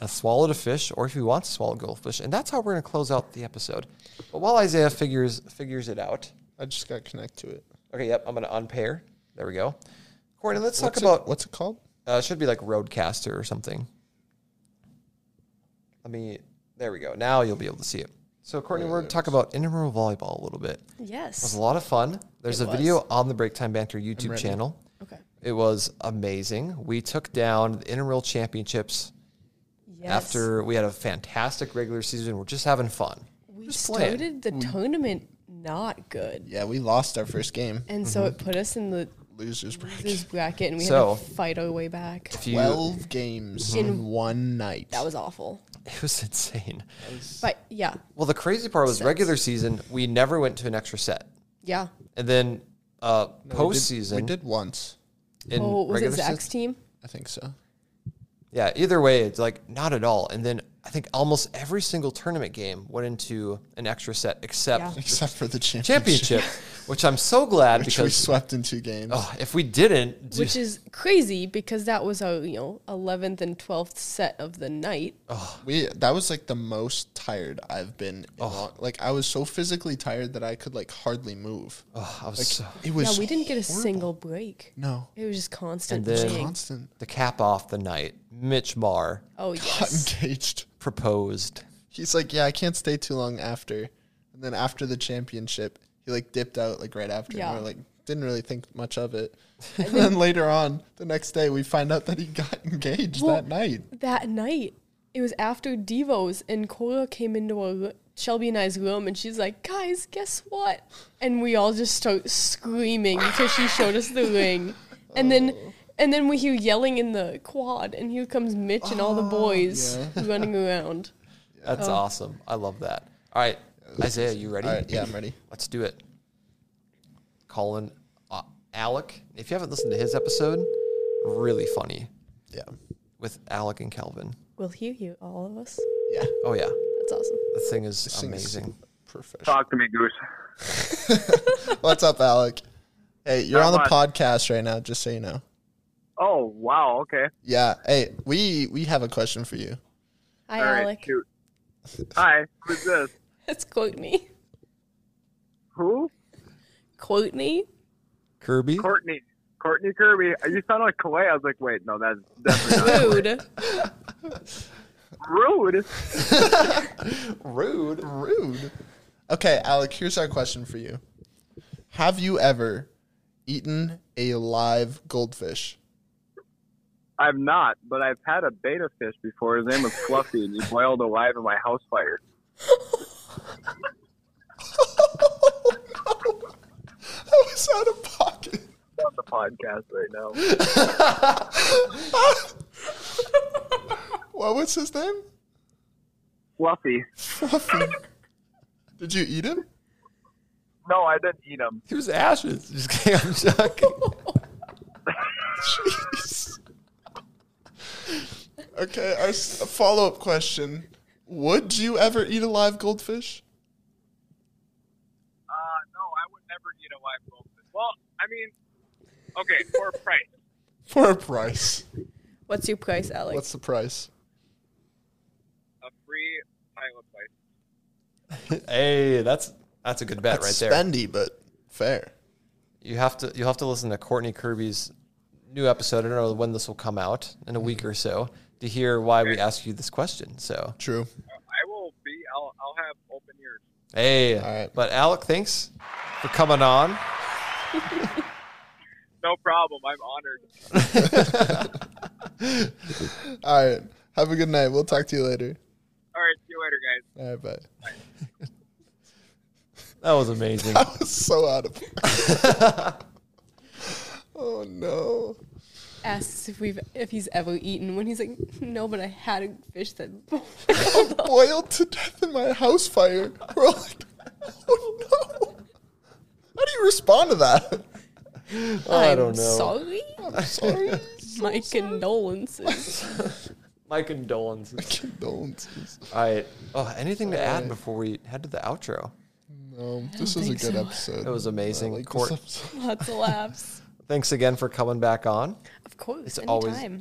Speaker 1: Has swallowed a fish, or if he wants to swallow a goldfish, and that's how we're going to close out the episode. But while Isaiah figures figures it out,
Speaker 2: I just got to connect to it.
Speaker 1: Okay, yep. I'm gonna unpair. There we go. Courtney, let's
Speaker 2: What's
Speaker 1: talk about
Speaker 2: it, what's it called?
Speaker 1: uh, it should be like Roadcaster or something. Let me. There we go. Now you'll be able to see it. So, Courtney, we're going to talk about intramural volleyball a little bit. It was
Speaker 3: Yes.
Speaker 1: a lot of fun. There's
Speaker 3: It
Speaker 1: a
Speaker 3: was.
Speaker 1: video on the Break Time Banter YouTube channel.
Speaker 3: Okay.
Speaker 1: It was amazing. We took down the intramural championships
Speaker 3: Yes.
Speaker 1: after we had a fantastic regular season. We're just having fun.
Speaker 3: we
Speaker 1: just play it.
Speaker 3: started the tournament not good,
Speaker 2: Yeah, we lost our first game.
Speaker 3: and so
Speaker 1: Mm-hmm.
Speaker 3: it put us in the
Speaker 2: Losers bracket.
Speaker 3: losers bracket, and we
Speaker 1: So-
Speaker 3: had to fight our way back.
Speaker 1: If you,
Speaker 2: Twelve games in one night.
Speaker 3: That was awful.
Speaker 1: [LAUGHS] it was insane.
Speaker 3: But yeah,
Speaker 1: Well, the crazy part was
Speaker 3: Sets.
Speaker 1: regular season. We never went to an extra set,
Speaker 3: yeah.
Speaker 1: and then uh, postseason.
Speaker 2: We did once,
Speaker 1: in
Speaker 3: Oh, was it
Speaker 1: regular
Speaker 3: Zach's
Speaker 1: season-
Speaker 3: team?
Speaker 2: I think
Speaker 1: [LAUGHS]
Speaker 2: so.
Speaker 1: Yeah, either way, it's like not at all. And then I think almost every single tournament game went into an extra set except
Speaker 3: Yeah.
Speaker 2: Except for the championship, [LAUGHS]
Speaker 1: championship, which I'm so glad
Speaker 2: which we
Speaker 1: because
Speaker 2: swept in two games.
Speaker 1: oh, if we didn't, d-
Speaker 3: Which is crazy because that was our, you know, 11th and 12th set of the night.
Speaker 1: Oh,
Speaker 2: We that was like the most tired I've been. In long, like I was so physically tired that I could like hardly move.
Speaker 1: oh, I was
Speaker 2: Like,
Speaker 1: so,
Speaker 2: it was.
Speaker 3: yeah, we didn't get a
Speaker 2: horrible.
Speaker 3: single break.
Speaker 2: No,
Speaker 3: It was just constant
Speaker 1: then-
Speaker 3: playing.
Speaker 2: constant.
Speaker 1: to cap off the night. Mitch Marr
Speaker 3: oh,
Speaker 2: Got
Speaker 3: yes.
Speaker 2: engaged.
Speaker 1: proposed.
Speaker 2: He's like, yeah, I can't stay too long after. And then after the championship, he like dipped out like right after.
Speaker 3: Yeah.
Speaker 2: And we are like, didn't really think much of it. [LAUGHS] and then later on, the next day, we find out that he got engaged
Speaker 3: Well-
Speaker 2: that night.
Speaker 3: That night, it was after Devo's, and Cora came into our, r- Shelby and I's room, and she's like, guys, guess what? And we all just start screaming because she showed us the ring. And then. And then we hear yelling in the quad, and here comes Mitch and all the boys [LAUGHS] running around.
Speaker 1: That's awesome. I love that. All right, Isaiah, you ready?
Speaker 2: All right, yeah, I'm ready.
Speaker 1: Let's do it. Colin uh, Alec. If you haven't listened to his episode, really funny
Speaker 2: Yeah,
Speaker 1: with Alec and Calvin.
Speaker 3: We'll hear you, all of us.
Speaker 2: yeah.
Speaker 1: Oh yeah,
Speaker 3: That's awesome.
Speaker 1: the thing is
Speaker 2: thing is-
Speaker 1: amazing.
Speaker 2: Professional.
Speaker 4: Talk to me, Goose.
Speaker 2: What's up, Alec? Hey, you're on the
Speaker 4: much.
Speaker 2: podcast right now, just so you know.
Speaker 4: Oh wow, okay.
Speaker 2: Yeah. Hey, we we have a question for you.
Speaker 3: Hi,
Speaker 4: All right,
Speaker 3: Alec.
Speaker 4: shoot. Hi, who's this?
Speaker 3: That's Courtney.
Speaker 4: Who?
Speaker 3: Courtney?
Speaker 1: Kirby.
Speaker 4: Courtney. Courtney Kirby. You sound like Kalei. I was like, wait, no, that's definitely not
Speaker 3: Rude.
Speaker 4: rude.
Speaker 2: Rude. Rude. Okay, Alec, here's our question for you. Have you ever eaten a live [LAUGHS] goldfish?
Speaker 4: I've not, but I've had a beta fish before. His name was Fluffy, and he boiled alive in my house fire.
Speaker 2: I was out of pocket.
Speaker 4: It's on the podcast right now.
Speaker 2: What was his [LAUGHS] name?
Speaker 4: Fluffy.
Speaker 2: Fluffy. Did you eat him?
Speaker 4: No, I didn't eat him.
Speaker 1: He was ashes. Just kidding. I'm joking.
Speaker 2: Jeez. Okay, our follow up question Would you ever eat a live goldfish?
Speaker 4: Uh, no, I would never eat a live goldfish. Well, I mean, okay, for a price.
Speaker 2: For a price.
Speaker 3: What's your price, Alec?
Speaker 2: What's the price?
Speaker 4: A free pilot license.
Speaker 1: hey, that's that's a good bet
Speaker 2: That's
Speaker 1: right there.
Speaker 2: Spendy, but fair.
Speaker 1: You have to you'll have to listen to Courtney Kirby's new episode. I don't know when this will come out in a week or so to hear why we asked you this question. So
Speaker 2: True.
Speaker 4: I will be, I'll, I'll have open ears.
Speaker 1: hey,
Speaker 2: right.
Speaker 1: but Alec, thanks for coming on.
Speaker 4: No problem. I'm honored.
Speaker 2: All right. Have a good night. We'll talk to you later.
Speaker 4: All right, see you later, guys.
Speaker 2: All right, bye. [LAUGHS]
Speaker 1: That was amazing.
Speaker 2: I was so out of. [LAUGHS] oh no!
Speaker 3: Asks if we've if he's ever eaten. When he's like, no, but I had a fish that.
Speaker 2: Boiled to death in my house fire. We're all like, oh no! How do you respond to that? [LAUGHS]
Speaker 1: I
Speaker 3: I'm
Speaker 1: don't know.
Speaker 3: Sorry. [LAUGHS]
Speaker 2: I'm sorry.
Speaker 3: My [LAUGHS] condolences.
Speaker 1: [LAUGHS] My condolences.
Speaker 2: Condolences.
Speaker 1: All right. Oh, anything to add before we head to the outro?
Speaker 2: No, this was a
Speaker 3: think
Speaker 2: good
Speaker 3: so.
Speaker 2: episode.
Speaker 1: It was amazing.
Speaker 2: I like this
Speaker 1: Court-
Speaker 2: episode.
Speaker 3: Lots of laughs.
Speaker 1: Thanks again for coming back on.
Speaker 3: Of course.
Speaker 1: It's
Speaker 3: anytime.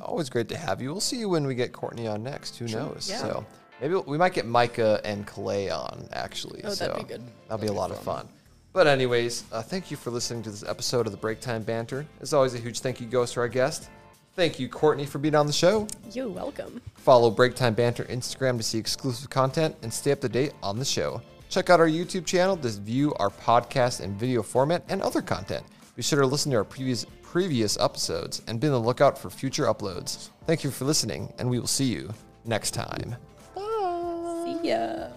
Speaker 1: always always great to have you. We'll see you when we get Courtney on next. Who knows?
Speaker 3: Yeah.
Speaker 1: So maybe we might get Micah and Clay on actually.
Speaker 3: Oh,
Speaker 1: so
Speaker 3: that'd be good.
Speaker 1: That'll be a lot of fun. But anyways, uh, thank you for listening to this episode of the Break Time Banter. As always, a huge thank you goes to our guest. Thank you, Courtney, for being on the show.
Speaker 3: You're welcome.
Speaker 1: Follow Break Time Banter Instagram to see exclusive content and stay up to date on the show. Check out our YouTube channel to view our podcast in video format and other content. Be sure to listen to our previous previous episodes and be on the lookout for future uploads. Thank you for listening, and we will see you next time.
Speaker 3: See ya.